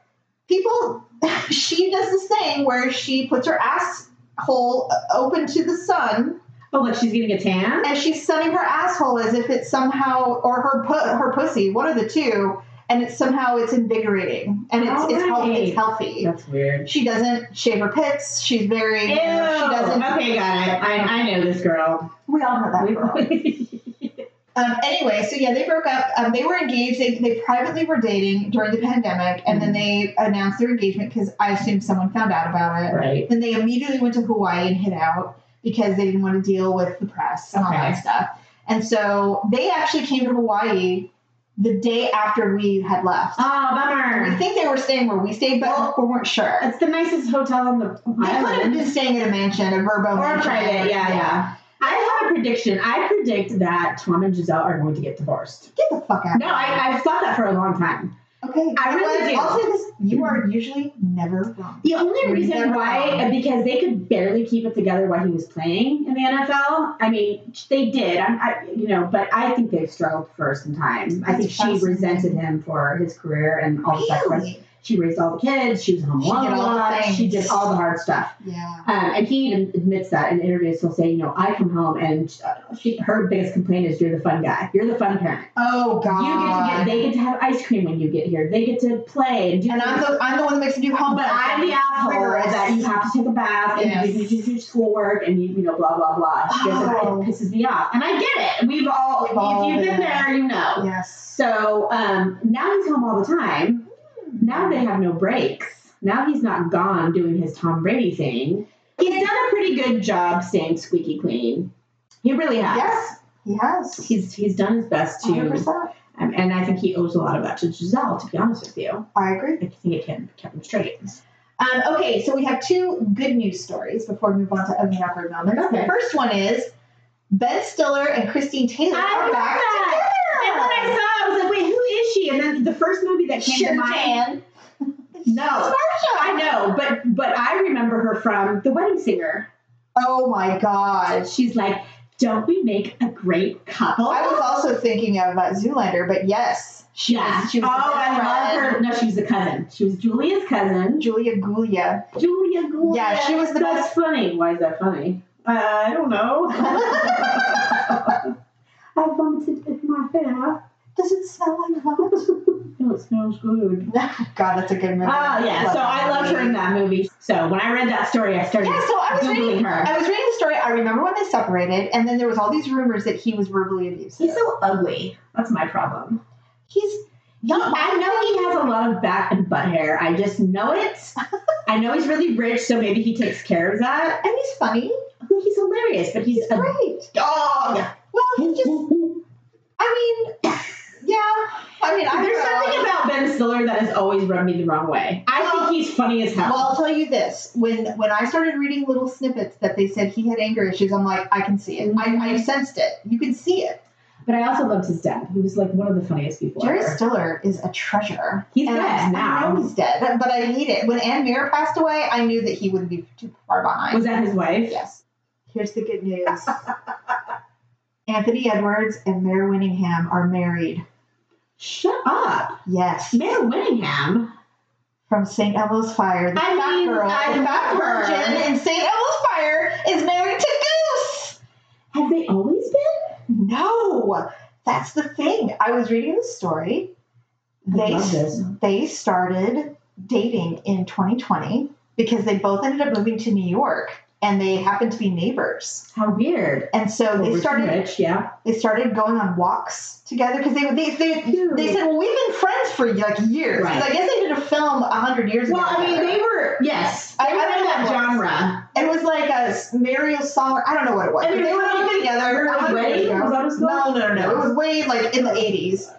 [SPEAKER 1] People, she does this thing where she puts her asshole open to the sun
[SPEAKER 2] Oh, like she's getting a tan.
[SPEAKER 1] and she's sunning her asshole as if it's somehow or her pu- her pussy, one of the two, and it's somehow it's invigorating and it's it's, healthy, it's healthy.
[SPEAKER 2] That's weird.
[SPEAKER 1] She doesn't shave her pits. She's very.
[SPEAKER 2] Ew.
[SPEAKER 1] you know, she doesn't.
[SPEAKER 2] Okay, got it. I, I know this girl.
[SPEAKER 1] We all know that girl. Um, anyway, so yeah, they broke up. Um, they were engaged. They, they privately were dating during the pandemic, and then
[SPEAKER 2] Mm-hmm.
[SPEAKER 1] they announced their engagement because I assume someone found out about it.
[SPEAKER 2] right.
[SPEAKER 1] Then they immediately went to Hawaii and hid out because they didn't want to deal with the press and all
[SPEAKER 2] Okay.
[SPEAKER 1] that stuff. And so they actually came to Hawaii the day after we had left.
[SPEAKER 2] Oh,
[SPEAKER 1] We
[SPEAKER 2] bummer.
[SPEAKER 1] think they were staying where we stayed, but
[SPEAKER 2] Well, uh,
[SPEAKER 1] we weren't sure.
[SPEAKER 2] It's the nicest hotel on the
[SPEAKER 1] They could have
[SPEAKER 2] island.
[SPEAKER 1] been staying at a mansion, a Verbo
[SPEAKER 2] Or
[SPEAKER 1] mansion.
[SPEAKER 2] private, yeah, yeah. I have a prediction. I predict that Tom and Giselle are going to get divorced.
[SPEAKER 1] Get the fuck out.
[SPEAKER 2] No, I, I've thought that for a long time.
[SPEAKER 1] okay.
[SPEAKER 2] I
[SPEAKER 1] you know what?
[SPEAKER 2] really do.
[SPEAKER 1] I'll say this: you are usually never wrong.
[SPEAKER 2] The only
[SPEAKER 1] You're
[SPEAKER 2] reason
[SPEAKER 1] never
[SPEAKER 2] why, uh,
[SPEAKER 1] wrong.
[SPEAKER 2] because they could barely keep it together while he was playing in the NFL. I mean, they did, I'm, I, you know, but I think they've struggled for some time. I
[SPEAKER 1] That's
[SPEAKER 2] think she
[SPEAKER 1] fascinating.
[SPEAKER 2] resented him for his career and all the sacrifice.
[SPEAKER 1] Really?
[SPEAKER 2] She raised all the kids. She was home
[SPEAKER 1] She did
[SPEAKER 2] alone. a
[SPEAKER 1] all the
[SPEAKER 2] lot, She
[SPEAKER 1] things.
[SPEAKER 2] did all the hard stuff.
[SPEAKER 1] Yeah.
[SPEAKER 2] Um, and he even admits that in interviews. He'll say, you know, I come home and uh, she, her biggest complaint is you're the fun guy. You're the fun parent.
[SPEAKER 1] Oh God.
[SPEAKER 2] You get to get, they get to have ice cream when you get here. They get to play and do
[SPEAKER 1] and I'm
[SPEAKER 2] things.
[SPEAKER 1] the I'm the one that makes you do homework.
[SPEAKER 2] but I'm the asshole
[SPEAKER 1] Rigorous.
[SPEAKER 2] that you have to take a bath and you,
[SPEAKER 1] Yes.
[SPEAKER 2] you do schoolwork and you, you know, blah, blah, blah. She goes,
[SPEAKER 1] Oh.
[SPEAKER 2] it pisses me off. And I get it. We've all,
[SPEAKER 1] We've all
[SPEAKER 2] if you've been
[SPEAKER 1] been
[SPEAKER 2] there, you know.
[SPEAKER 1] Yes.
[SPEAKER 2] So um, now he's home all the time. Now they have no breaks. Now he's not gone doing his Tom Brady thing. He's done a pretty good job staying squeaky clean. He really has.
[SPEAKER 1] Yes, he has.
[SPEAKER 2] He's he's done his best to,
[SPEAKER 1] 100%.
[SPEAKER 2] um, and I think he owes a lot of that to Giselle. To be honest with you,
[SPEAKER 1] I agree.
[SPEAKER 2] I think it can kept him straight.
[SPEAKER 1] Um, okay, so we have two good news stories before we move on to ugly awkward moments. The
[SPEAKER 2] Okay.
[SPEAKER 1] first one is Ben Stiller and Christine Taylor
[SPEAKER 2] I
[SPEAKER 1] are
[SPEAKER 2] love
[SPEAKER 1] back
[SPEAKER 2] that. And when I
[SPEAKER 1] together.
[SPEAKER 2] saw, it, I was like, wait, who is she? And then the first movie that came to
[SPEAKER 1] Sure
[SPEAKER 2] mind.
[SPEAKER 1] can.
[SPEAKER 2] No,
[SPEAKER 1] Marsha.
[SPEAKER 2] I know, but but I remember her from The Wedding Singer.
[SPEAKER 1] Oh my god.
[SPEAKER 2] She's like, don't we make a great couple?
[SPEAKER 1] I was also thinking of uh, Zoolander, but yes, she
[SPEAKER 2] yeah.
[SPEAKER 1] was. She was
[SPEAKER 2] oh,
[SPEAKER 1] the
[SPEAKER 2] I
[SPEAKER 1] best
[SPEAKER 2] love
[SPEAKER 1] friend.
[SPEAKER 2] her. No, she was a cousin. She was Julia's cousin.
[SPEAKER 1] Julia Gulia.
[SPEAKER 2] Julia Gould.
[SPEAKER 1] Yeah, she was the
[SPEAKER 2] That's
[SPEAKER 1] best-
[SPEAKER 2] funny. Why is that funny? Uh, I don't know. I vomited in my hair.
[SPEAKER 1] Does it smell like vomit?
[SPEAKER 2] Oh, it smells good.
[SPEAKER 1] God, that's a good movie.
[SPEAKER 2] Oh yeah, so I loved her in that movie. So when I read that story, I started
[SPEAKER 1] Yeah, so I was reading
[SPEAKER 2] googling her.
[SPEAKER 1] I was reading the story. I remember when they separated, and then there was all these rumors that he was verbally abusive.
[SPEAKER 2] He's so ugly. That's my problem.
[SPEAKER 1] He's
[SPEAKER 2] He- I know he has a lot of back and butt hair. I just know it. I know he's really rich, so maybe he takes care of that.
[SPEAKER 1] and he's funny.
[SPEAKER 2] I think he's hilarious, but he's
[SPEAKER 1] He's
[SPEAKER 2] a
[SPEAKER 1] great.
[SPEAKER 2] dog.
[SPEAKER 1] Well, he's just. I mean, yeah. I mean, I don't
[SPEAKER 2] There's
[SPEAKER 1] know.
[SPEAKER 2] something about Ben Stiller that has always rubbed me the wrong way. I
[SPEAKER 1] Well-
[SPEAKER 2] think he's funny as hell.
[SPEAKER 1] Well, I'll tell you this: when when I started reading little snippets that they said he had anger issues, I'm like, I can see it.
[SPEAKER 2] Mm-hmm.
[SPEAKER 1] I, I sensed it. You can see it.
[SPEAKER 2] but I also loved his dad. He was like one of the funniest people
[SPEAKER 1] Jerry
[SPEAKER 2] ever.
[SPEAKER 1] Stiller is a treasure.
[SPEAKER 2] He's
[SPEAKER 1] And
[SPEAKER 2] dead
[SPEAKER 1] I know
[SPEAKER 2] now.
[SPEAKER 1] he's dead, but, but I hate it. When Anne Mirror passed away, I knew that he wouldn't be too far behind.
[SPEAKER 2] Was that his wife?
[SPEAKER 1] Yes. Here's the good news. Anthony Edwards and Mayor Winningham are married.
[SPEAKER 2] Shut up.
[SPEAKER 1] Yes.
[SPEAKER 2] Mayor Winningham.
[SPEAKER 1] From St. Elmo's Fire. The
[SPEAKER 2] I
[SPEAKER 1] fat
[SPEAKER 2] mean,
[SPEAKER 1] girl,
[SPEAKER 2] I
[SPEAKER 1] the
[SPEAKER 2] love
[SPEAKER 1] fat
[SPEAKER 2] her.
[SPEAKER 1] virgin in St. Elmo's Fire is married to Goose.
[SPEAKER 2] Have they always been?
[SPEAKER 1] No, that's the thing. I was reading the story.
[SPEAKER 2] I
[SPEAKER 1] They
[SPEAKER 2] love this.
[SPEAKER 1] they started dating in 2020 because they both ended up moving to New York and they happened to be neighbors.
[SPEAKER 2] How weird.
[SPEAKER 1] And so
[SPEAKER 2] Well,
[SPEAKER 1] they
[SPEAKER 2] we're
[SPEAKER 1] started
[SPEAKER 2] rich, yeah.
[SPEAKER 1] they started going on walks together because they they they, they said, well, we've been friends for like years. 'Cause I
[SPEAKER 2] Right.
[SPEAKER 1] guess they did a film hundred years
[SPEAKER 2] Well,
[SPEAKER 1] ago.
[SPEAKER 2] I mean,
[SPEAKER 1] together.
[SPEAKER 2] they were yes.
[SPEAKER 1] I-
[SPEAKER 2] they were
[SPEAKER 1] I
[SPEAKER 2] in
[SPEAKER 1] like
[SPEAKER 2] that
[SPEAKER 1] that one.
[SPEAKER 2] genre.
[SPEAKER 1] It was like a Mariel song. I don't know what it was.
[SPEAKER 2] And
[SPEAKER 1] but they
[SPEAKER 2] it
[SPEAKER 1] were
[SPEAKER 2] was
[SPEAKER 1] all together.
[SPEAKER 2] Remember
[SPEAKER 1] 100
[SPEAKER 2] Wedding?
[SPEAKER 1] years ago.
[SPEAKER 2] Was that what it's
[SPEAKER 1] No,
[SPEAKER 2] called?
[SPEAKER 1] no, no, no. It was way like in the 80s.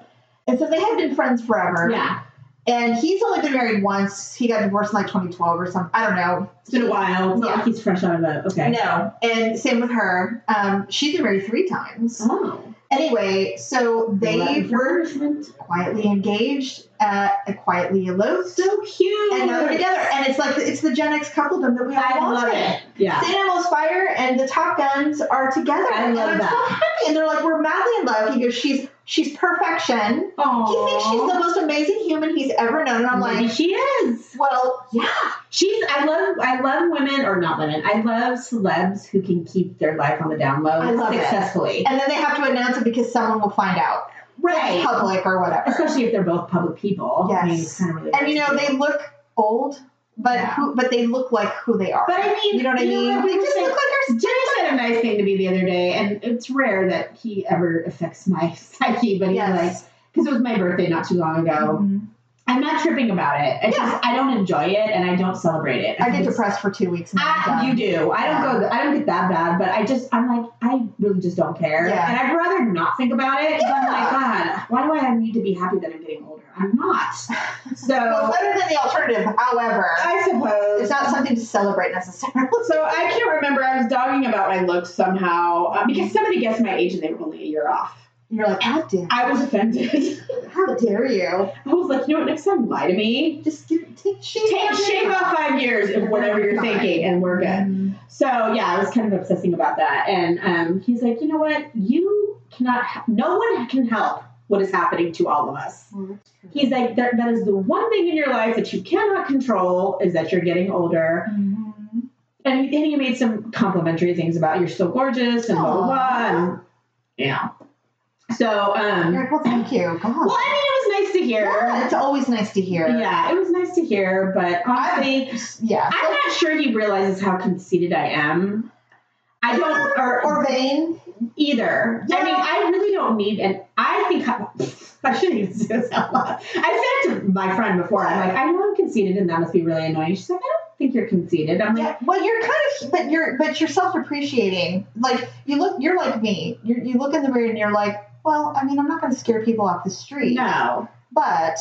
[SPEAKER 1] And so they had been friends forever.
[SPEAKER 2] Yeah,
[SPEAKER 1] And he's only been married once. He got divorced in like 2012 or something. I don't know.
[SPEAKER 2] it's been a while. It's not
[SPEAKER 1] Yeah.
[SPEAKER 2] like he's fresh out of a okay.
[SPEAKER 1] No. And same with her. Um, she's been married three times.
[SPEAKER 2] Oh,
[SPEAKER 1] Anyway, so they
[SPEAKER 2] Love
[SPEAKER 1] were
[SPEAKER 2] nourishment.
[SPEAKER 1] quietly engaged, uh, and quietly eloped,
[SPEAKER 2] so cute.
[SPEAKER 1] and now they're together. And it's like it's the Gen X coupledom that we all
[SPEAKER 2] I love
[SPEAKER 1] wanted.
[SPEAKER 2] it. Yeah.
[SPEAKER 1] St. Elmo's Fire and the Top Guns are together.
[SPEAKER 2] I
[SPEAKER 1] and
[SPEAKER 2] love
[SPEAKER 1] I'm
[SPEAKER 2] that.
[SPEAKER 1] so happy. And they're like, we're madly in love. He goes, she's she's perfection.
[SPEAKER 2] Aww.
[SPEAKER 1] He thinks she's the most amazing human he's ever known. And I'm
[SPEAKER 2] Maybe
[SPEAKER 1] like,
[SPEAKER 2] she is.
[SPEAKER 1] well, yeah.
[SPEAKER 2] She's. I love. I love women or not women. I love celebs who can keep their life on the down low
[SPEAKER 1] I love it.
[SPEAKER 2] successfully.
[SPEAKER 1] And then they have to announce it because someone will find out. It's Public or whatever.
[SPEAKER 2] Especially if they're both public people. I mean, it's
[SPEAKER 1] Yes.
[SPEAKER 2] kind of really
[SPEAKER 1] And you know, they look old, but
[SPEAKER 2] Yeah.
[SPEAKER 1] who but they look like who they are.
[SPEAKER 2] But I mean,
[SPEAKER 1] you know what I mean?
[SPEAKER 2] we
[SPEAKER 1] they
[SPEAKER 2] were
[SPEAKER 1] just
[SPEAKER 2] saying-
[SPEAKER 1] look like
[SPEAKER 2] Jimmy said a nice thing to me the other day, and it's rare that he ever affects my psyche, but
[SPEAKER 1] our
[SPEAKER 2] he's
[SPEAKER 1] yes.
[SPEAKER 2] like, because it was my birthday not too long ago.
[SPEAKER 1] Mhm.
[SPEAKER 2] I'm not tripping about it. It's
[SPEAKER 1] Yeah.
[SPEAKER 2] just I don't enjoy it and I don't celebrate it.
[SPEAKER 1] I get
[SPEAKER 2] It's-
[SPEAKER 1] depressed for two weeks and then I'm
[SPEAKER 2] Ah,
[SPEAKER 1] done.
[SPEAKER 2] you do. I don't
[SPEAKER 1] Yeah.
[SPEAKER 2] go. th- I don't get that bad, but I just I'm like I really just don't care,
[SPEAKER 1] Yeah.
[SPEAKER 2] and I'd rather not think about it. 'cause I'm
[SPEAKER 1] Yeah.
[SPEAKER 2] like, God, why do I need to be happy that I'm getting older? I'm not.
[SPEAKER 1] well,
[SPEAKER 2] So
[SPEAKER 1] better than the alternative, however.
[SPEAKER 2] I suppose
[SPEAKER 1] It's not something to celebrate necessarily.
[SPEAKER 2] So I can't remember. I was dogging about my looks somehow um, because somebody guessed my age and they were only a year off.
[SPEAKER 1] You're like, how dare,
[SPEAKER 2] I was offended.
[SPEAKER 1] how dare you?
[SPEAKER 2] I was like, you know what? Next time, lie to me.
[SPEAKER 1] Just give, take shame.
[SPEAKER 2] Take shave off five years of whatever you're thinking, and we're good. So yeah, I was kind of obsessing about that. And um, he's like, you know what? You cannot. h- No one can help what is happening to all of us. He's like, that, that is the one thing in your life that you cannot control is that you're getting older. Mm-hmm. And he, and he made some complimentary things about you're so gorgeous and blah blah blah. And, yeah. So um
[SPEAKER 1] You're like, well, thank you. God.
[SPEAKER 2] well, I mean it was nice to
[SPEAKER 1] Yeah,
[SPEAKER 2] hear.
[SPEAKER 1] it's always nice to hear.
[SPEAKER 2] Yeah, it was nice to hear, but honestly,
[SPEAKER 1] Yeah.
[SPEAKER 2] I'm not sure he realizes how conceited I am. I don't or, or
[SPEAKER 1] Or vain.
[SPEAKER 2] either. I mean,
[SPEAKER 1] Yeah.
[SPEAKER 2] I really don't need and I think I, I shouldn't even say this out loud. I said it to my friend before, I'm like, I know I'm conceited and that must be really annoying. She's like, I don't think you're conceited. I'm like,
[SPEAKER 1] Yeah. Well, you're kind of, but you're, but you're self-appreciating. Like you look, you're like me. you you look in the mirror and you're like, well, I mean, I'm not going to scare people off the street.
[SPEAKER 2] no.
[SPEAKER 1] But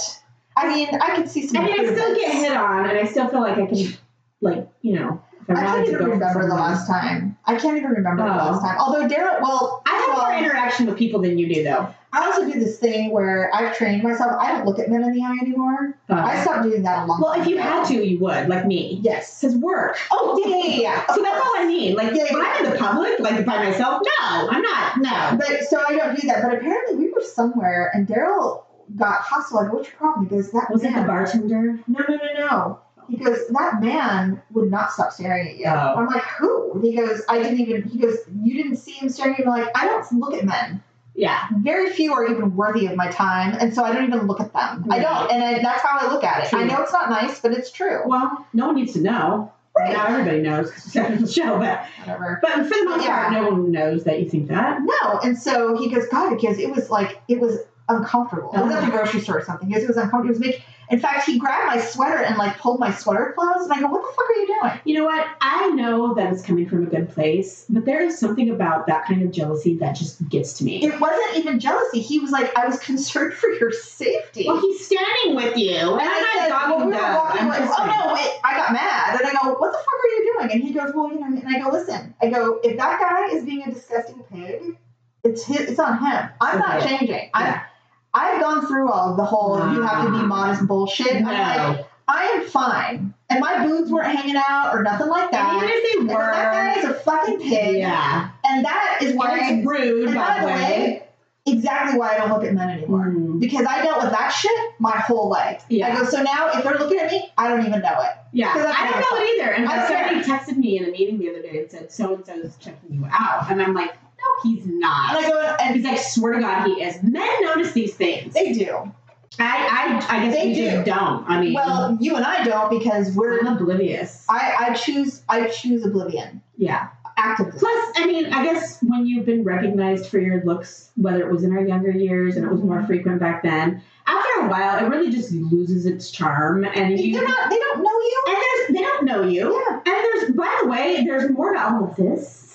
[SPEAKER 1] I mean, I could see some.
[SPEAKER 2] I mean, I still
[SPEAKER 1] improvements.
[SPEAKER 2] get hit on, and I still feel like I can, like, you know, if
[SPEAKER 1] I
[SPEAKER 2] wanted
[SPEAKER 1] can't
[SPEAKER 2] to
[SPEAKER 1] even
[SPEAKER 2] go for
[SPEAKER 1] remember the
[SPEAKER 2] someone.
[SPEAKER 1] last time. I can't even remember the
[SPEAKER 2] Oh.
[SPEAKER 1] last time. Although Daryl, well,
[SPEAKER 2] I have more
[SPEAKER 1] well,
[SPEAKER 2] interaction with people than you do, though.
[SPEAKER 1] I also do this thing where I've trained myself. I don't look at men in the eye anymore.
[SPEAKER 2] Uh,
[SPEAKER 1] I stopped doing that a long
[SPEAKER 2] well,
[SPEAKER 1] time
[SPEAKER 2] if you
[SPEAKER 1] ago.
[SPEAKER 2] had to, you would, like me. It
[SPEAKER 1] Yes.
[SPEAKER 2] says work.
[SPEAKER 1] Oh, yeah, yeah, yeah. yeah.
[SPEAKER 2] So that's all I mean. Like,
[SPEAKER 1] Yeah, yeah,
[SPEAKER 2] when I'm in the public, like by myself, no, I'm not. No.
[SPEAKER 1] But so I don't do that. But apparently we were somewhere and Daryl got hostile. I go, what's your problem? He goes, that
[SPEAKER 2] Was it
[SPEAKER 1] man.
[SPEAKER 2] the bartender?
[SPEAKER 1] no, no, no, no. He goes, that man would not stop staring at you.
[SPEAKER 2] Oh.
[SPEAKER 1] I'm like, who? And he goes, I didn't even, he goes, you didn't see him staring at you. I'm like, I don't look at men.
[SPEAKER 2] Yeah.
[SPEAKER 1] very few are even worthy of my time, and so I don't even look at them. I don't, and I, that's how I look at it. I
[SPEAKER 2] True.
[SPEAKER 1] know it's not nice, but it's true.
[SPEAKER 2] Well, no one needs to know.
[SPEAKER 1] Right.
[SPEAKER 2] Now everybody knows 'cause it's on the show, but
[SPEAKER 1] Whatever.
[SPEAKER 2] but for the most part,
[SPEAKER 1] Yeah.
[SPEAKER 2] no one knows that you think that.
[SPEAKER 1] No, and so he goes, God, because it was like it was uncomfortable. It was
[SPEAKER 2] Uh-huh.
[SPEAKER 1] at the grocery store or something. He goes, it was uncomfortable. It was making, in fact, he grabbed my sweater and like pulled my sweater closed, and I go, What the fuck are you doing?
[SPEAKER 2] You know what? I know that it's coming from a good place, but there is something about that kind of jealousy that just gets to me.
[SPEAKER 1] It wasn't even jealousy. He was like, I was concerned for your safety.
[SPEAKER 2] well, he's standing with you.
[SPEAKER 1] And
[SPEAKER 2] And
[SPEAKER 1] I said, well, we were walking away. Oh no, wait! I got mad, and I go, "What the fuck are you doing?" And he goes, "Well, you know." And I go, "Listen, I go, if that guy is being a disgusting pig, it's his, it's on him. I'm not
[SPEAKER 2] Okay.
[SPEAKER 1] changing.
[SPEAKER 2] Yeah.
[SPEAKER 1] I'm, I've gone through all of the whole you have to be
[SPEAKER 2] Wow.
[SPEAKER 1] modest bullshit. I'm like,
[SPEAKER 2] Oh, No.
[SPEAKER 1] I am fine, and my boobs weren't hanging out or nothing like
[SPEAKER 2] And
[SPEAKER 1] that.
[SPEAKER 2] even if
[SPEAKER 1] And
[SPEAKER 2] they
[SPEAKER 1] if that guy
[SPEAKER 2] were,
[SPEAKER 1] is a fucking pig,
[SPEAKER 2] yeah.
[SPEAKER 1] and that is why,
[SPEAKER 2] And it's rude,
[SPEAKER 1] and
[SPEAKER 2] by the way.
[SPEAKER 1] exactly why I don't look at men anymore."
[SPEAKER 2] Mm.
[SPEAKER 1] Because I dealt with that shit my whole life.
[SPEAKER 2] Yeah.
[SPEAKER 1] I go, so now if they're looking at me, I don't even know it.
[SPEAKER 2] Yeah,
[SPEAKER 1] Because that's
[SPEAKER 2] I don't know it either. And
[SPEAKER 1] I don't
[SPEAKER 2] somebody texted me in a meeting the other day and said, so and so is checking you out. And I'm like, No, he's
[SPEAKER 1] And
[SPEAKER 2] not.
[SPEAKER 1] I go, and
[SPEAKER 2] He's like, swear to God, he is. Men notice these things.
[SPEAKER 1] they do.
[SPEAKER 2] I, I, I guess
[SPEAKER 1] They
[SPEAKER 2] we
[SPEAKER 1] do.
[SPEAKER 2] just don't. I mean,
[SPEAKER 1] Well, you and I don't because we're.
[SPEAKER 2] I'm oblivious.
[SPEAKER 1] I, I choose. I choose oblivion
[SPEAKER 2] yeah.
[SPEAKER 1] actively.
[SPEAKER 2] Plus, I mean, I guess when you've been recognized for your looks, whether it was in our younger years and it was more frequent back then, after a while, it really just loses its charm. And if you
[SPEAKER 1] They're not. They don't know you.
[SPEAKER 2] and there's they don't know you. And there's by the way, there's more to all of this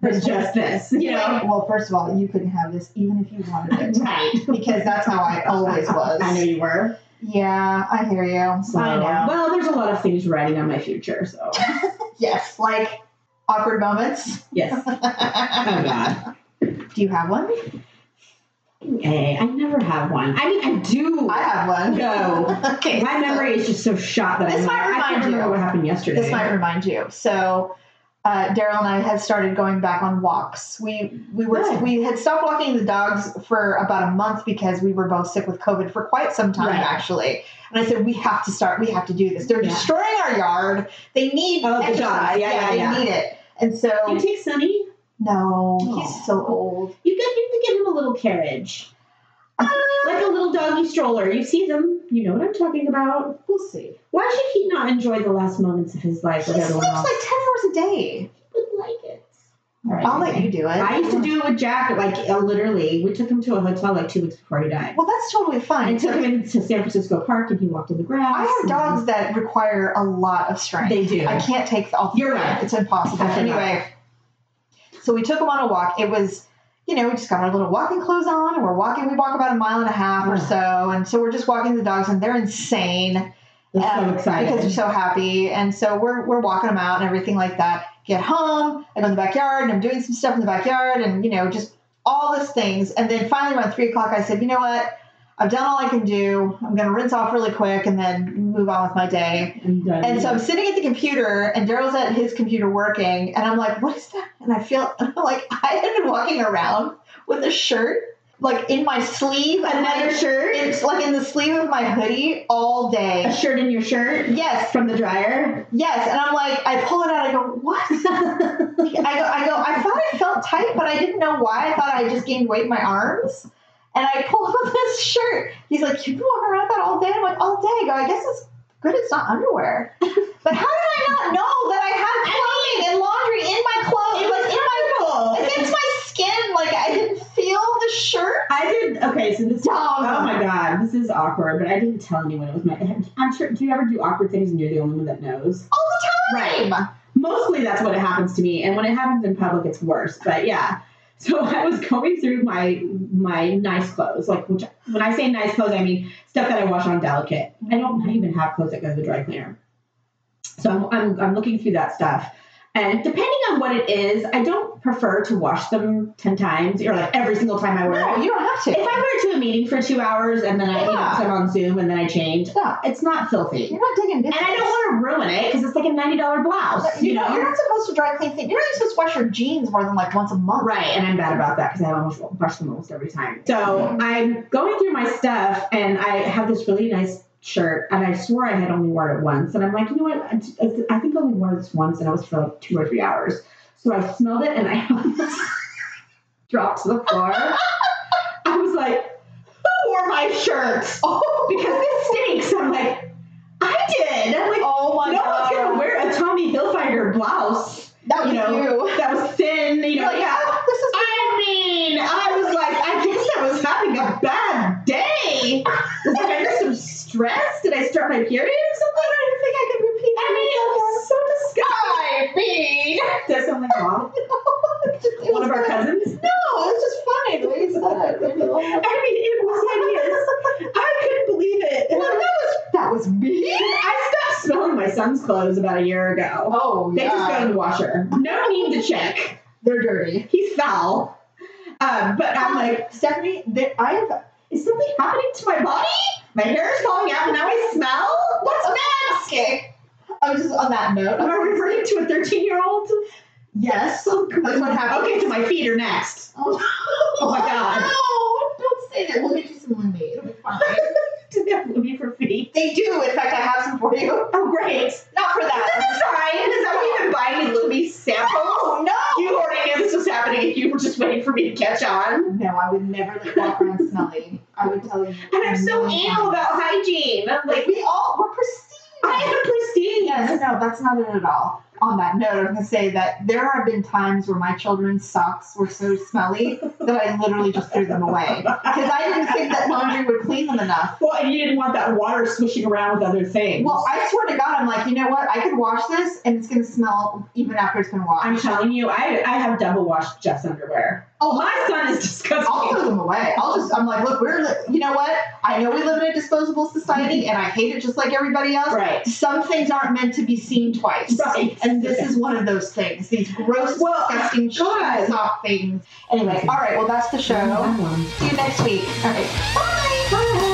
[SPEAKER 2] than just this, you know.
[SPEAKER 1] Well, first of all, you couldn't have this even if you wanted it
[SPEAKER 2] Right.
[SPEAKER 1] because that's how I always was.
[SPEAKER 2] I know you were.
[SPEAKER 1] Yeah, I hear you.
[SPEAKER 2] So, uh,
[SPEAKER 1] I know.
[SPEAKER 2] Well, there's a lot of things riding on my future. So,
[SPEAKER 1] Yes, like awkward moments.
[SPEAKER 2] yes. Oh God.
[SPEAKER 1] Do you have one?
[SPEAKER 2] Hey, I never have one. I mean, I do.
[SPEAKER 1] I have one.
[SPEAKER 2] No.
[SPEAKER 1] okay.
[SPEAKER 2] My
[SPEAKER 1] so
[SPEAKER 2] memory is just so shot that
[SPEAKER 1] This
[SPEAKER 2] I'm like,
[SPEAKER 1] might
[SPEAKER 2] I
[SPEAKER 1] remind
[SPEAKER 2] can't remember
[SPEAKER 1] you.
[SPEAKER 2] what happened yesterday.
[SPEAKER 1] This might remind you. So, uh, Daryl and I had started going back on walks. We we were
[SPEAKER 2] Good.
[SPEAKER 1] we had stopped walking the dogs for about a month because we were both sick with COVID for quite some time
[SPEAKER 2] Right.
[SPEAKER 1] actually. And I said we have to start. We have to do this. They're
[SPEAKER 2] Yeah.
[SPEAKER 1] destroying our yard. They need
[SPEAKER 2] Oh, the dogs.
[SPEAKER 1] exercise.
[SPEAKER 2] Yeah, yeah,
[SPEAKER 1] they
[SPEAKER 2] yeah.
[SPEAKER 1] need it. And
[SPEAKER 2] You
[SPEAKER 1] so
[SPEAKER 2] take Sonny.
[SPEAKER 1] no,
[SPEAKER 2] Oh.
[SPEAKER 1] he's so old.
[SPEAKER 2] You get you have to get him a little carriage, like
[SPEAKER 1] Um,
[SPEAKER 2] a little doggy stroller. You see them. You know what I'm talking about.
[SPEAKER 1] We'll see.
[SPEAKER 2] Why should he not enjoy the last moments of his life
[SPEAKER 1] He
[SPEAKER 2] with
[SPEAKER 1] sleeps like
[SPEAKER 2] everyone
[SPEAKER 1] ten
[SPEAKER 2] else?
[SPEAKER 1] hours a day.
[SPEAKER 2] would like it.
[SPEAKER 1] I'll let you do it.
[SPEAKER 2] I used to do it with Jack. Like uh, literally, we took him to a hotel like two weeks before he died.
[SPEAKER 1] Well, that's totally fine.
[SPEAKER 2] I took him into San Francisco Park and he walked in the grass.
[SPEAKER 1] I have
[SPEAKER 2] and-
[SPEAKER 1] dogs that require a lot of strength.
[SPEAKER 2] They do.
[SPEAKER 1] I can't take all.
[SPEAKER 2] You're right.
[SPEAKER 1] It's impossible.
[SPEAKER 2] I forgot.
[SPEAKER 1] Anyway, so we took him on a walk. It was, you know, we just got our little walking clothes on, and we're walking. We walk about a mile and a half or
[SPEAKER 2] Yeah.
[SPEAKER 1] so, and so we're just walking the dogs, and they're insane
[SPEAKER 2] That's
[SPEAKER 1] um,
[SPEAKER 2] so exciting.
[SPEAKER 1] because they're so happy, and so we're we're walking them out and everything like that. Get home, I go in the backyard, and I'm doing some stuff in the backyard, and you know, just all these things. And then finally, around three o'clock, I said, you know what? I've done all I can do. I'm gonna rinse off really quick and then move on with my day.
[SPEAKER 2] and, uh,
[SPEAKER 1] And so I'm sitting at the computer, and Daryl's at his computer working, and I'm like, "What is that?" And I feel and I'm like I had been walking around with a shirt like in my sleeve, and
[SPEAKER 2] another
[SPEAKER 1] like,
[SPEAKER 2] shirt,
[SPEAKER 1] it's like in the sleeve of my hoodie all
[SPEAKER 2] a
[SPEAKER 1] day.
[SPEAKER 2] shirt in your shirt
[SPEAKER 1] Yes,
[SPEAKER 2] from the dryer.
[SPEAKER 1] yes, and I'm like, I pull it out, I go, "What?" I go, I go, I thought I felt tight, but I didn't know why. I thought I just gained weight in my arms. And I pull up this shirt. He's like, You've been walking around with that all day? I'm like, All day. I go, I guess it's good it's not underwear. but how did I not know that I had clothing and laundry in my clothes? Like, in my against my skin. Like I didn't feel the shirt.
[SPEAKER 2] I did okay. So this.
[SPEAKER 1] Dumb.
[SPEAKER 2] Oh my god, this is awkward. But I didn't tell anyone it was my. I'm sure. Do you ever do awkward things and you're the only one that knows?
[SPEAKER 1] All the time.
[SPEAKER 2] Mostly that's what happens to me, and when it happens in public, it's worse. But yeah. So I was going through my my nice clothes, like which when I say nice clothes, I mean stuff that I wash on delicate. I don't even have clothes that go to the dry cleaner. So I'm, I'm, I'm looking through that stuff. And depending on what it is, I don't prefer to wash them 10 times or like every single time I wear it
[SPEAKER 1] No, you don't have to.
[SPEAKER 2] if I wear it to a meeting for two hours and then I you know,
[SPEAKER 1] Yeah.
[SPEAKER 2] I'm on Zoom and then I change,
[SPEAKER 1] Yeah.
[SPEAKER 2] it's not filthy.
[SPEAKER 1] you're not digging
[SPEAKER 2] And
[SPEAKER 1] business.
[SPEAKER 2] I don't want to ruin it because it's like a ninety dollar blouse,
[SPEAKER 1] you
[SPEAKER 2] you
[SPEAKER 1] know, you're
[SPEAKER 2] know.
[SPEAKER 1] not supposed to dry clean things. You're not even supposed to wash your jeans more than like once a month.
[SPEAKER 2] Right, and I'm bad about that because I almost brush them almost every time.
[SPEAKER 1] Mm.
[SPEAKER 2] So I'm going through my stuff and I have this really nice shirt and I swore I had only worn it once and I'm like, you know what? I I think I only wore this once and it was for like two or three hours. So I smelled it and I almost dropped to the floor. I was like, who wore my shirt?
[SPEAKER 1] Oh,
[SPEAKER 2] because this stinks. I'm like, I did. I'm like,
[SPEAKER 1] Oh my
[SPEAKER 2] no
[SPEAKER 1] god.
[SPEAKER 2] one's gonna wear a Tommy Hilfiger blouse
[SPEAKER 1] that was
[SPEAKER 2] you know.
[SPEAKER 1] you.
[SPEAKER 2] that was thin. You
[SPEAKER 1] You're
[SPEAKER 2] know,
[SPEAKER 1] like,
[SPEAKER 2] yeah.
[SPEAKER 1] "Oh, this is
[SPEAKER 2] I mean, I was like, I guess I was having a bad day. Was I under some stress? Did I start my period or something? I don't think I could repeat. I mean, I was so disgusted.
[SPEAKER 1] I mean,
[SPEAKER 2] Does that sound like mom?
[SPEAKER 1] It
[SPEAKER 2] One
[SPEAKER 1] was
[SPEAKER 2] of our
[SPEAKER 1] good.
[SPEAKER 2] cousins?
[SPEAKER 1] No, it's just funny the way you said it. It was
[SPEAKER 2] I mean,
[SPEAKER 1] like,
[SPEAKER 2] it was hideous. I couldn't believe it.
[SPEAKER 1] Well, that was that was me.
[SPEAKER 2] I stopped smelling my son's clothes about a year ago.
[SPEAKER 1] Oh,
[SPEAKER 2] They just go to the washer. No need to check.
[SPEAKER 1] They're dirty.
[SPEAKER 2] He's foul. Um, but I'm like,
[SPEAKER 1] Stephanie, that I have.
[SPEAKER 2] is something happening to my body? My hair is falling out and now I smell? What's next?
[SPEAKER 1] Okay. I was just on that note.
[SPEAKER 2] Am I
[SPEAKER 1] I'm-
[SPEAKER 2] referring to a 13 year old?
[SPEAKER 1] Yes.
[SPEAKER 2] That's
[SPEAKER 1] what happens.
[SPEAKER 2] Okay, so my feet are next.
[SPEAKER 1] Oh,
[SPEAKER 2] my God.
[SPEAKER 1] No, don't say that. We'll get you some lemonade. It'll be fine.
[SPEAKER 2] Do they have Libby for feet?
[SPEAKER 1] they do. In fact, I have some for you.
[SPEAKER 2] Oh, great.
[SPEAKER 1] Not for that.
[SPEAKER 2] Sorry, is that why you've been buying me Libby samples?
[SPEAKER 1] Oh no.
[SPEAKER 2] You already knew this was happening and you were just waiting for me to catch on.
[SPEAKER 1] No, I would never let walk around smelly. I would tell you.
[SPEAKER 2] And I'm so
[SPEAKER 1] Mm.
[SPEAKER 2] anal about hygiene. I'm
[SPEAKER 1] Like
[SPEAKER 2] like,
[SPEAKER 1] we all we're pristine.
[SPEAKER 2] I am pristine.
[SPEAKER 1] Yeah, no, no, that's not it at all. On that note, I'm gonna say that there have been times where my children's socks were so smelly that I literally just threw them away because I didn't think that laundry would clean them enough.
[SPEAKER 2] Well, and you didn't want that water swishing around with other things.
[SPEAKER 1] Well, I swear to God, I'm like, you know what? I could wash this and it's gonna smell even after it's been washed.
[SPEAKER 2] I'm telling you, I, I have double washed Jeff's underwear.
[SPEAKER 1] oh,
[SPEAKER 2] My son is disgusting.
[SPEAKER 1] I'll throw them away. I'll just, I'm like, look, we're, li- you know what? I know we live in a disposable society and I hate it just like everybody else.
[SPEAKER 2] right.
[SPEAKER 1] Some things aren't meant to be seen twice.
[SPEAKER 2] Right.
[SPEAKER 1] And this is one of those things. These gross,
[SPEAKER 2] Well,
[SPEAKER 1] disgusting,
[SPEAKER 2] God.
[SPEAKER 1] soft
[SPEAKER 2] Mm-hmm.
[SPEAKER 1] things. Anyway, all right, well, that's the show. See you next week. All right. Bye. Bye.